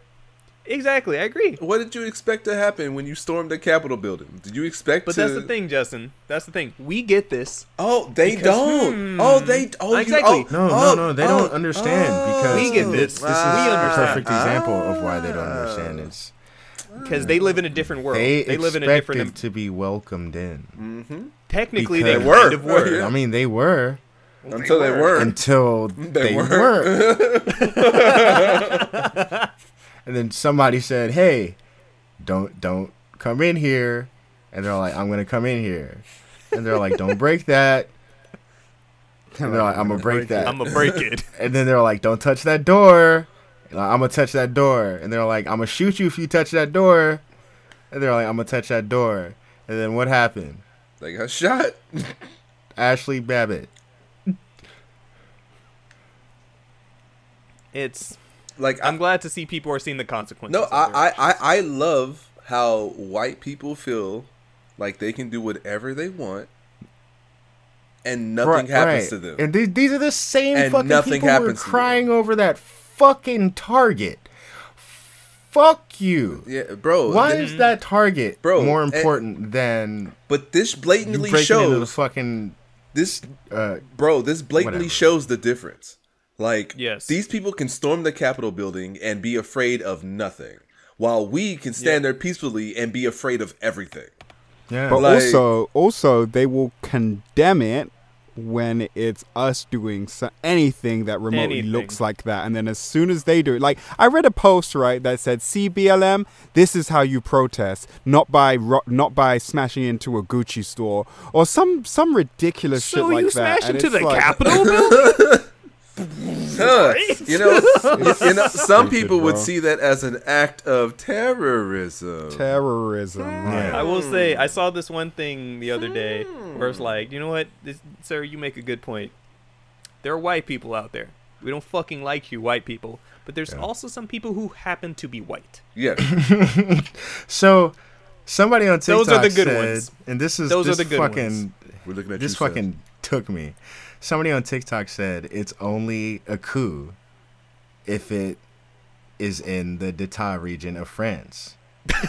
Speaker 1: Exactly, I agree.
Speaker 4: What did you expect to happen when you stormed the Capitol building? Did you expect?
Speaker 1: But
Speaker 4: to...
Speaker 1: that's the thing, Justin. That's the thing. We get this.
Speaker 4: Oh, they don't. oh, they. Oh,
Speaker 1: hmm. Exactly.
Speaker 4: You, oh,
Speaker 2: No,
Speaker 4: oh,
Speaker 2: no, no. They
Speaker 4: oh, Ah.
Speaker 2: don't understand because
Speaker 1: We get this.
Speaker 2: This is
Speaker 1: We
Speaker 2: a
Speaker 1: understand.
Speaker 2: perfect example of why they don't understand it.
Speaker 1: because they live in a different world.
Speaker 2: They,
Speaker 1: They,
Speaker 2: expected
Speaker 1: live in a different.
Speaker 2: to be welcomed in.
Speaker 1: technically, they
Speaker 2: because-
Speaker 1: kind of were.
Speaker 2: I mean, they were
Speaker 4: Until they weren't.
Speaker 2: until they,
Speaker 4: weren't.
Speaker 2: weren't. and then somebody said, "Hey, don't don't come in here." And they're like, "I'm gonna come in here," and they're like, "Don't break that." And they're like, "I'm gonna break that."
Speaker 1: I'm gonna break it.
Speaker 2: And then they're like, "Don't touch that door." And I'm gonna touch that door. And they're like, "I'm gonna shoot you if you touch that door." And they're like, "I'm gonna touch that door." And then what happened?
Speaker 4: They got shot.
Speaker 2: Ashley Babbitt.
Speaker 1: It's.
Speaker 4: Like
Speaker 1: I'm
Speaker 4: I,
Speaker 1: glad to see people are seeing the consequences.
Speaker 4: no,
Speaker 1: of their-
Speaker 4: I, I, I, I love how white people feel like they can do whatever they want, and nothing
Speaker 2: Right,
Speaker 4: happens
Speaker 2: right.
Speaker 4: to them.
Speaker 2: And these, these are the same
Speaker 4: And
Speaker 2: fucking
Speaker 4: nothing
Speaker 2: people who are
Speaker 4: happens to them.
Speaker 2: crying over that fucking Target. Fuck you.
Speaker 4: yeah, bro.
Speaker 2: Why
Speaker 4: th-
Speaker 2: is that Target
Speaker 4: Bro,
Speaker 2: more
Speaker 4: and-
Speaker 2: important than
Speaker 4: but this
Speaker 2: you
Speaker 4: blatantly
Speaker 2: breaking into the
Speaker 4: shows
Speaker 2: fucking
Speaker 4: this
Speaker 2: uh,
Speaker 4: bro this blatantly
Speaker 2: Whatever.
Speaker 4: shows the difference like
Speaker 1: Yes.
Speaker 4: these people can storm the capitol building and be afraid of nothing while we can stand there peacefully and be afraid of everything
Speaker 2: yeah?
Speaker 3: But
Speaker 4: Like-
Speaker 3: also, also they will condemn it when it's us doing so- anything that remotely
Speaker 1: Anything.
Speaker 3: looks like that. And then as soon as they do it, like I read a post right that said, "CBLM, this is how you protest, not by ro- not by smashing into a Gucci store or some some ridiculous shit
Speaker 1: So
Speaker 3: like
Speaker 1: you
Speaker 3: that."
Speaker 1: smash
Speaker 3: And
Speaker 1: into
Speaker 3: it's
Speaker 1: the
Speaker 3: like-
Speaker 1: Capitol building?
Speaker 4: Huh. you know you, you know some
Speaker 3: Stupid,
Speaker 4: people would
Speaker 3: bro.
Speaker 4: see that as an act of terrorism
Speaker 3: Terrorism.
Speaker 2: Yeah.
Speaker 1: I will say, I saw this one thing the other day where it's like, you know what, this, sir, you make a good point. There are white people out there. We don't fucking like you, white people. But there's also some people who happen to be white.
Speaker 4: yeah
Speaker 2: So somebody on TikTok
Speaker 1: Those are the good
Speaker 2: said,
Speaker 1: ones.
Speaker 2: and this is
Speaker 1: Those are
Speaker 2: this
Speaker 1: the good
Speaker 2: fucking
Speaker 1: ones.
Speaker 4: we're looking at you,
Speaker 2: this
Speaker 4: Seth.
Speaker 2: fucking took me. Somebody on TikTok said it's only a coup if it is in the Deta region of France.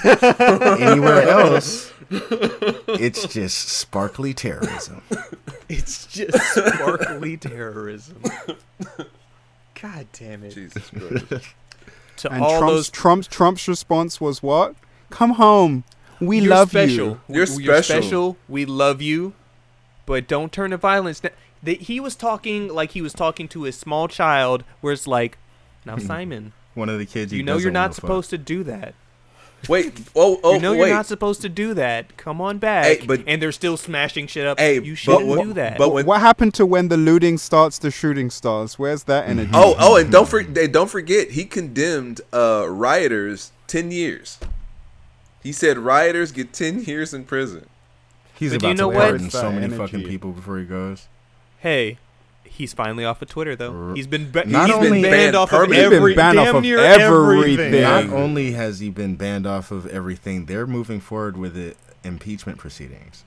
Speaker 2: Anywhere else, it's just sparkly terrorism.
Speaker 1: It's just sparkly terrorism. God damn it.
Speaker 4: jesus Christ.
Speaker 1: To
Speaker 3: And
Speaker 1: all
Speaker 3: Trump's
Speaker 1: those
Speaker 3: Trump's Trump's response was what? Come home. We
Speaker 1: You're
Speaker 3: love
Speaker 1: special.
Speaker 3: you.
Speaker 4: You're
Speaker 1: W-
Speaker 4: special.
Speaker 1: We love you, but don't turn to violence. Now, th- he was talking like he was talking to a small child, where it's like, now Simon,
Speaker 2: One of the kids you,
Speaker 1: you know you're
Speaker 2: doesn't
Speaker 1: not
Speaker 2: wanna fuck.
Speaker 1: supposed to do that.
Speaker 4: wait oh oh
Speaker 1: you know
Speaker 4: wait
Speaker 1: you're not supposed to do that. Come on back.
Speaker 4: Hey, but-
Speaker 1: and they're still smashing shit up.
Speaker 4: Hey,
Speaker 1: you
Speaker 4: but
Speaker 1: shouldn't
Speaker 4: what-
Speaker 1: do that.
Speaker 4: but Oh, when-
Speaker 3: what happened to when the looting starts, the shooting starts? Where's that energy?
Speaker 4: Oh, oh, and don't for, they don't forget he condemned uh, rioters ten years. He said rioters get ten years in prison.
Speaker 2: He's
Speaker 1: But do
Speaker 2: about
Speaker 1: you know
Speaker 2: to
Speaker 1: what?
Speaker 2: pardon so
Speaker 3: That
Speaker 2: many
Speaker 3: energy.
Speaker 2: fucking people before he goes.
Speaker 1: hey, he's finally off of Twitter though.
Speaker 2: R-
Speaker 1: He's been ba-
Speaker 2: Not
Speaker 1: he's
Speaker 2: only-
Speaker 1: been banned off of
Speaker 4: permanently.
Speaker 3: He's been
Speaker 1: every
Speaker 3: banned off
Speaker 1: damn
Speaker 3: of
Speaker 1: near
Speaker 3: everything.
Speaker 1: everything.
Speaker 2: Not
Speaker 3: Dang.
Speaker 2: only has he been banned off of everything, they're moving forward with the impeachment proceedings.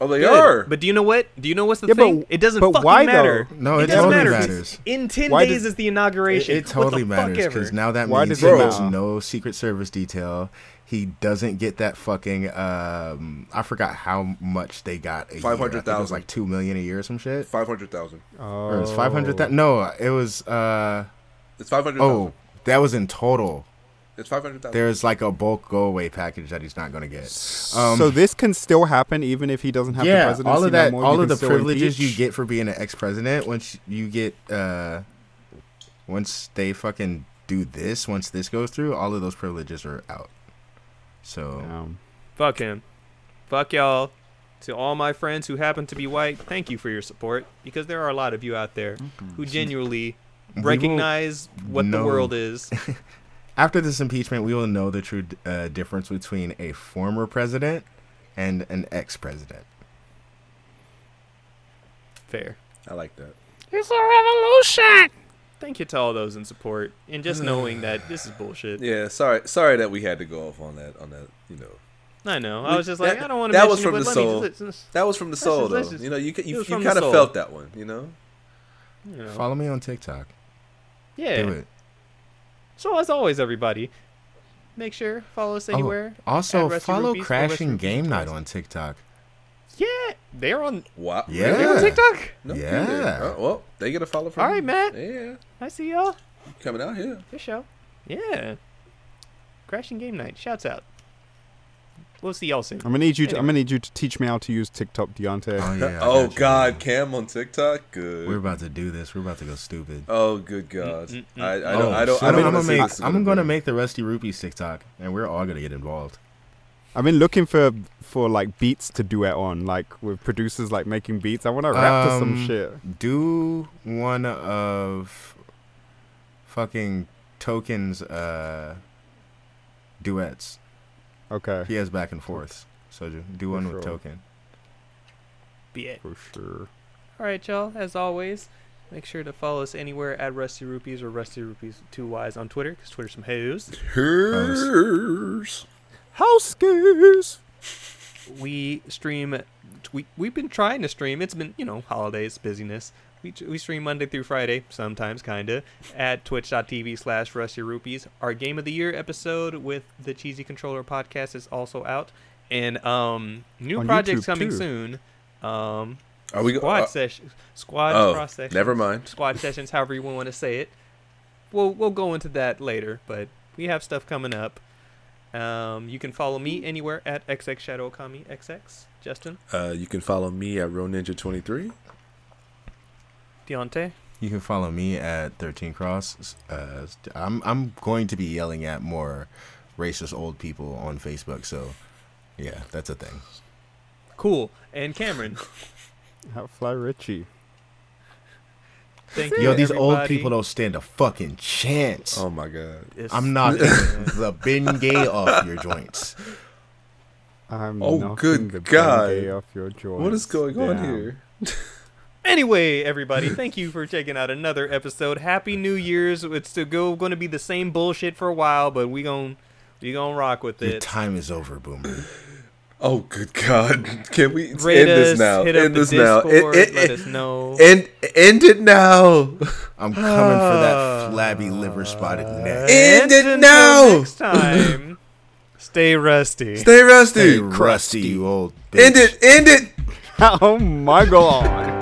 Speaker 4: Oh, they
Speaker 1: Good.
Speaker 4: are.
Speaker 1: But do you know what? Do you know what's the
Speaker 3: Yeah, but-
Speaker 1: thing? it doesn't
Speaker 3: but
Speaker 1: fucking
Speaker 3: why, though?
Speaker 1: matter.
Speaker 2: No, it
Speaker 1: doesn't
Speaker 2: totally
Speaker 1: matter 'cause
Speaker 2: matters.
Speaker 1: In ten
Speaker 3: Why
Speaker 1: days
Speaker 3: did-
Speaker 1: is the inauguration.
Speaker 2: It, it totally
Speaker 1: what the fuck
Speaker 2: matters
Speaker 1: ever?
Speaker 2: because now that
Speaker 3: Why
Speaker 2: means
Speaker 3: does it
Speaker 2: he gets
Speaker 3: matter?
Speaker 2: no Secret Service detail. He doesn't get that fucking. Um, I forgot how much they got. a year. I think It was
Speaker 4: 500,000.
Speaker 2: like two million a year or some shit.
Speaker 4: Five hundred thousand.
Speaker 3: oh.
Speaker 2: Or it was five hundred thousand. No, it was. Uh,
Speaker 4: It's five hundred.
Speaker 2: oh, that was in total.
Speaker 4: it's five hundred thousand.
Speaker 2: There's like a bulk go away package that he's not going to get. Um,
Speaker 3: so this can still happen even if he doesn't have the
Speaker 2: yeah,
Speaker 3: presidency
Speaker 2: all of that,
Speaker 3: no more.
Speaker 2: all
Speaker 3: You
Speaker 2: of
Speaker 3: can
Speaker 2: the
Speaker 3: still
Speaker 2: privileges you
Speaker 3: impeach?
Speaker 2: get for being an ex-president. Once you get, uh, once they fucking do this, once this goes through, all of those privileges are out. So
Speaker 3: Um,
Speaker 1: Fuck him. Fuck y'all. To all my friends who happen to be white, thank you for your support because there are a lot of you out there who genuinely
Speaker 2: We will
Speaker 1: recognize what the
Speaker 2: know.
Speaker 1: world is.
Speaker 2: after this impeachment, we will know the true uh, difference between a former president and an ex-president.
Speaker 1: Fair.
Speaker 4: I like that.
Speaker 1: Thank you to all those in support and just knowing that this is bullshit.
Speaker 4: Yeah, sorry, sorry that we had to go off on that. On that, you know,
Speaker 1: I know.
Speaker 4: We-
Speaker 1: I was just like,
Speaker 4: that-
Speaker 1: I don't want to
Speaker 4: that
Speaker 1: mention
Speaker 4: was
Speaker 1: it,
Speaker 4: from
Speaker 1: but
Speaker 4: the
Speaker 1: let
Speaker 4: soul.
Speaker 1: me just, just-
Speaker 4: that was from the
Speaker 1: That's
Speaker 4: soul,
Speaker 1: just- that's
Speaker 4: though.
Speaker 1: just-
Speaker 4: you know, you ca-
Speaker 1: it
Speaker 4: you, you
Speaker 1: was from
Speaker 4: kind
Speaker 1: the
Speaker 4: of
Speaker 1: soul.
Speaker 4: felt that one. You know,
Speaker 1: you know.
Speaker 2: Follow me on TikTok.
Speaker 1: Yeah.
Speaker 2: Do it.
Speaker 1: So as always, everybody, Make sure follow us
Speaker 2: Oh,
Speaker 1: anywhere.
Speaker 2: also,
Speaker 1: at Rusty
Speaker 2: follow
Speaker 1: Rupees or Rusty
Speaker 2: Crashing
Speaker 1: Rupees
Speaker 2: Game Night
Speaker 1: Podcast.
Speaker 2: on TikTok.
Speaker 1: Yeah, they're on.
Speaker 4: Wow.
Speaker 2: Yeah.
Speaker 1: They're on TikTok.
Speaker 4: No, you
Speaker 2: Yeah.
Speaker 4: did.
Speaker 3: Uh,
Speaker 4: Oh, well, they get a follow from
Speaker 1: All
Speaker 4: you.
Speaker 1: right, Matt.
Speaker 4: Yeah.
Speaker 1: I see y'all.
Speaker 4: Coming out here.
Speaker 1: Good show. Yeah. Crashing Game Night. Shouts out. We'll see y'all soon.
Speaker 3: I'm gonna need you. To, I'm gonna need you to teach me how to use TikTok, Deontay.
Speaker 2: Oh, yeah, I
Speaker 4: oh
Speaker 2: got you,
Speaker 4: God,
Speaker 2: man.
Speaker 4: Cam on TikTok. Good.
Speaker 2: We're about to do this. We're about to go stupid.
Speaker 4: oh good God.
Speaker 1: Mm, mm,
Speaker 4: I, I
Speaker 2: Oh,
Speaker 4: don't. I don't.
Speaker 2: shit.
Speaker 4: I don't
Speaker 2: I'm
Speaker 4: wanna
Speaker 2: gonna
Speaker 4: see
Speaker 2: make.
Speaker 4: this
Speaker 2: I'm
Speaker 4: one.
Speaker 2: gonna make the Rusty Rupees TikTok, and we're all gonna get involved.
Speaker 3: I've been looking for for like beats to duet on, like with producers like making beats. I want to rap to some
Speaker 2: Um,
Speaker 3: shit.
Speaker 2: Do one of fucking tokens uh duets.
Speaker 3: Okay,
Speaker 2: He has back and forths. So ju- do one with
Speaker 3: sure.
Speaker 2: token.
Speaker 1: Be it.
Speaker 3: for sure.
Speaker 1: All right, y'all. As always, make sure to follow us anywhere at Rusty Rupees or Rusty Rupees Two Y's on Twitter, because Twitter's some hoes.
Speaker 4: Hers.
Speaker 3: House gears.
Speaker 1: We stream. We we've been trying to stream. It's been you know holidays, busyness. We, we stream Monday through Friday, sometimes kinda, at twitch.tv slash rusty rupees. Our game of the year episode with the Cheesy Controller podcast is also out. And um new
Speaker 3: On
Speaker 1: projects
Speaker 3: YouTube,
Speaker 1: coming
Speaker 3: too.
Speaker 1: soon. Um
Speaker 4: Are we go-
Speaker 1: squad
Speaker 4: uh,
Speaker 1: session squad
Speaker 4: oh,
Speaker 1: cross sessions.
Speaker 4: never mind.
Speaker 1: Squad sessions, however you want to say it. We'll we'll go into that later, but we have stuff coming up. Um, you can follow me anywhere at xxshadowkamiXX. Justin,
Speaker 4: Uh, you can follow me at RoNinja23.
Speaker 1: Deontay,
Speaker 2: You can follow me at 13 Cross. Uh, I'm I'm going to be yelling at more racist old people on Facebook. So yeah, that's a thing.
Speaker 1: cool, and Cameron.
Speaker 3: How fly Richie.
Speaker 1: Thank you.
Speaker 2: Yo, these old
Speaker 1: everybody.
Speaker 2: people don't stand a fucking chance.
Speaker 4: Oh my God.
Speaker 1: It's-
Speaker 2: I'm knocking the Bengay off your joints.
Speaker 3: I'm
Speaker 4: Oh,
Speaker 3: knocking
Speaker 4: good
Speaker 3: the
Speaker 4: God.
Speaker 3: Bengay Off your joints.
Speaker 4: What is going on
Speaker 3: down.
Speaker 4: here?
Speaker 1: Anyway, everybody, thank you for checking out another episode. Happy New Year's. It's still go going to be the same bullshit for a while, but we gon' we gonna rock with
Speaker 2: Your
Speaker 1: it.
Speaker 2: time is over, Boomer.
Speaker 4: Oh good God. Can we end
Speaker 1: Rate
Speaker 4: this
Speaker 1: us,
Speaker 4: now?
Speaker 1: hit up
Speaker 4: End
Speaker 1: the
Speaker 4: this now.
Speaker 1: Discord,
Speaker 4: End, end,
Speaker 1: let
Speaker 4: end-
Speaker 1: us know.
Speaker 4: end, end it now.
Speaker 2: I'm coming for that flabby liver spotted neck.
Speaker 4: End it
Speaker 1: until
Speaker 4: now.
Speaker 1: Next time, stay rusty.
Speaker 4: Stay rusty.
Speaker 2: Hey, rusty, you old bitch.
Speaker 4: End it. End it.
Speaker 3: Oh my God.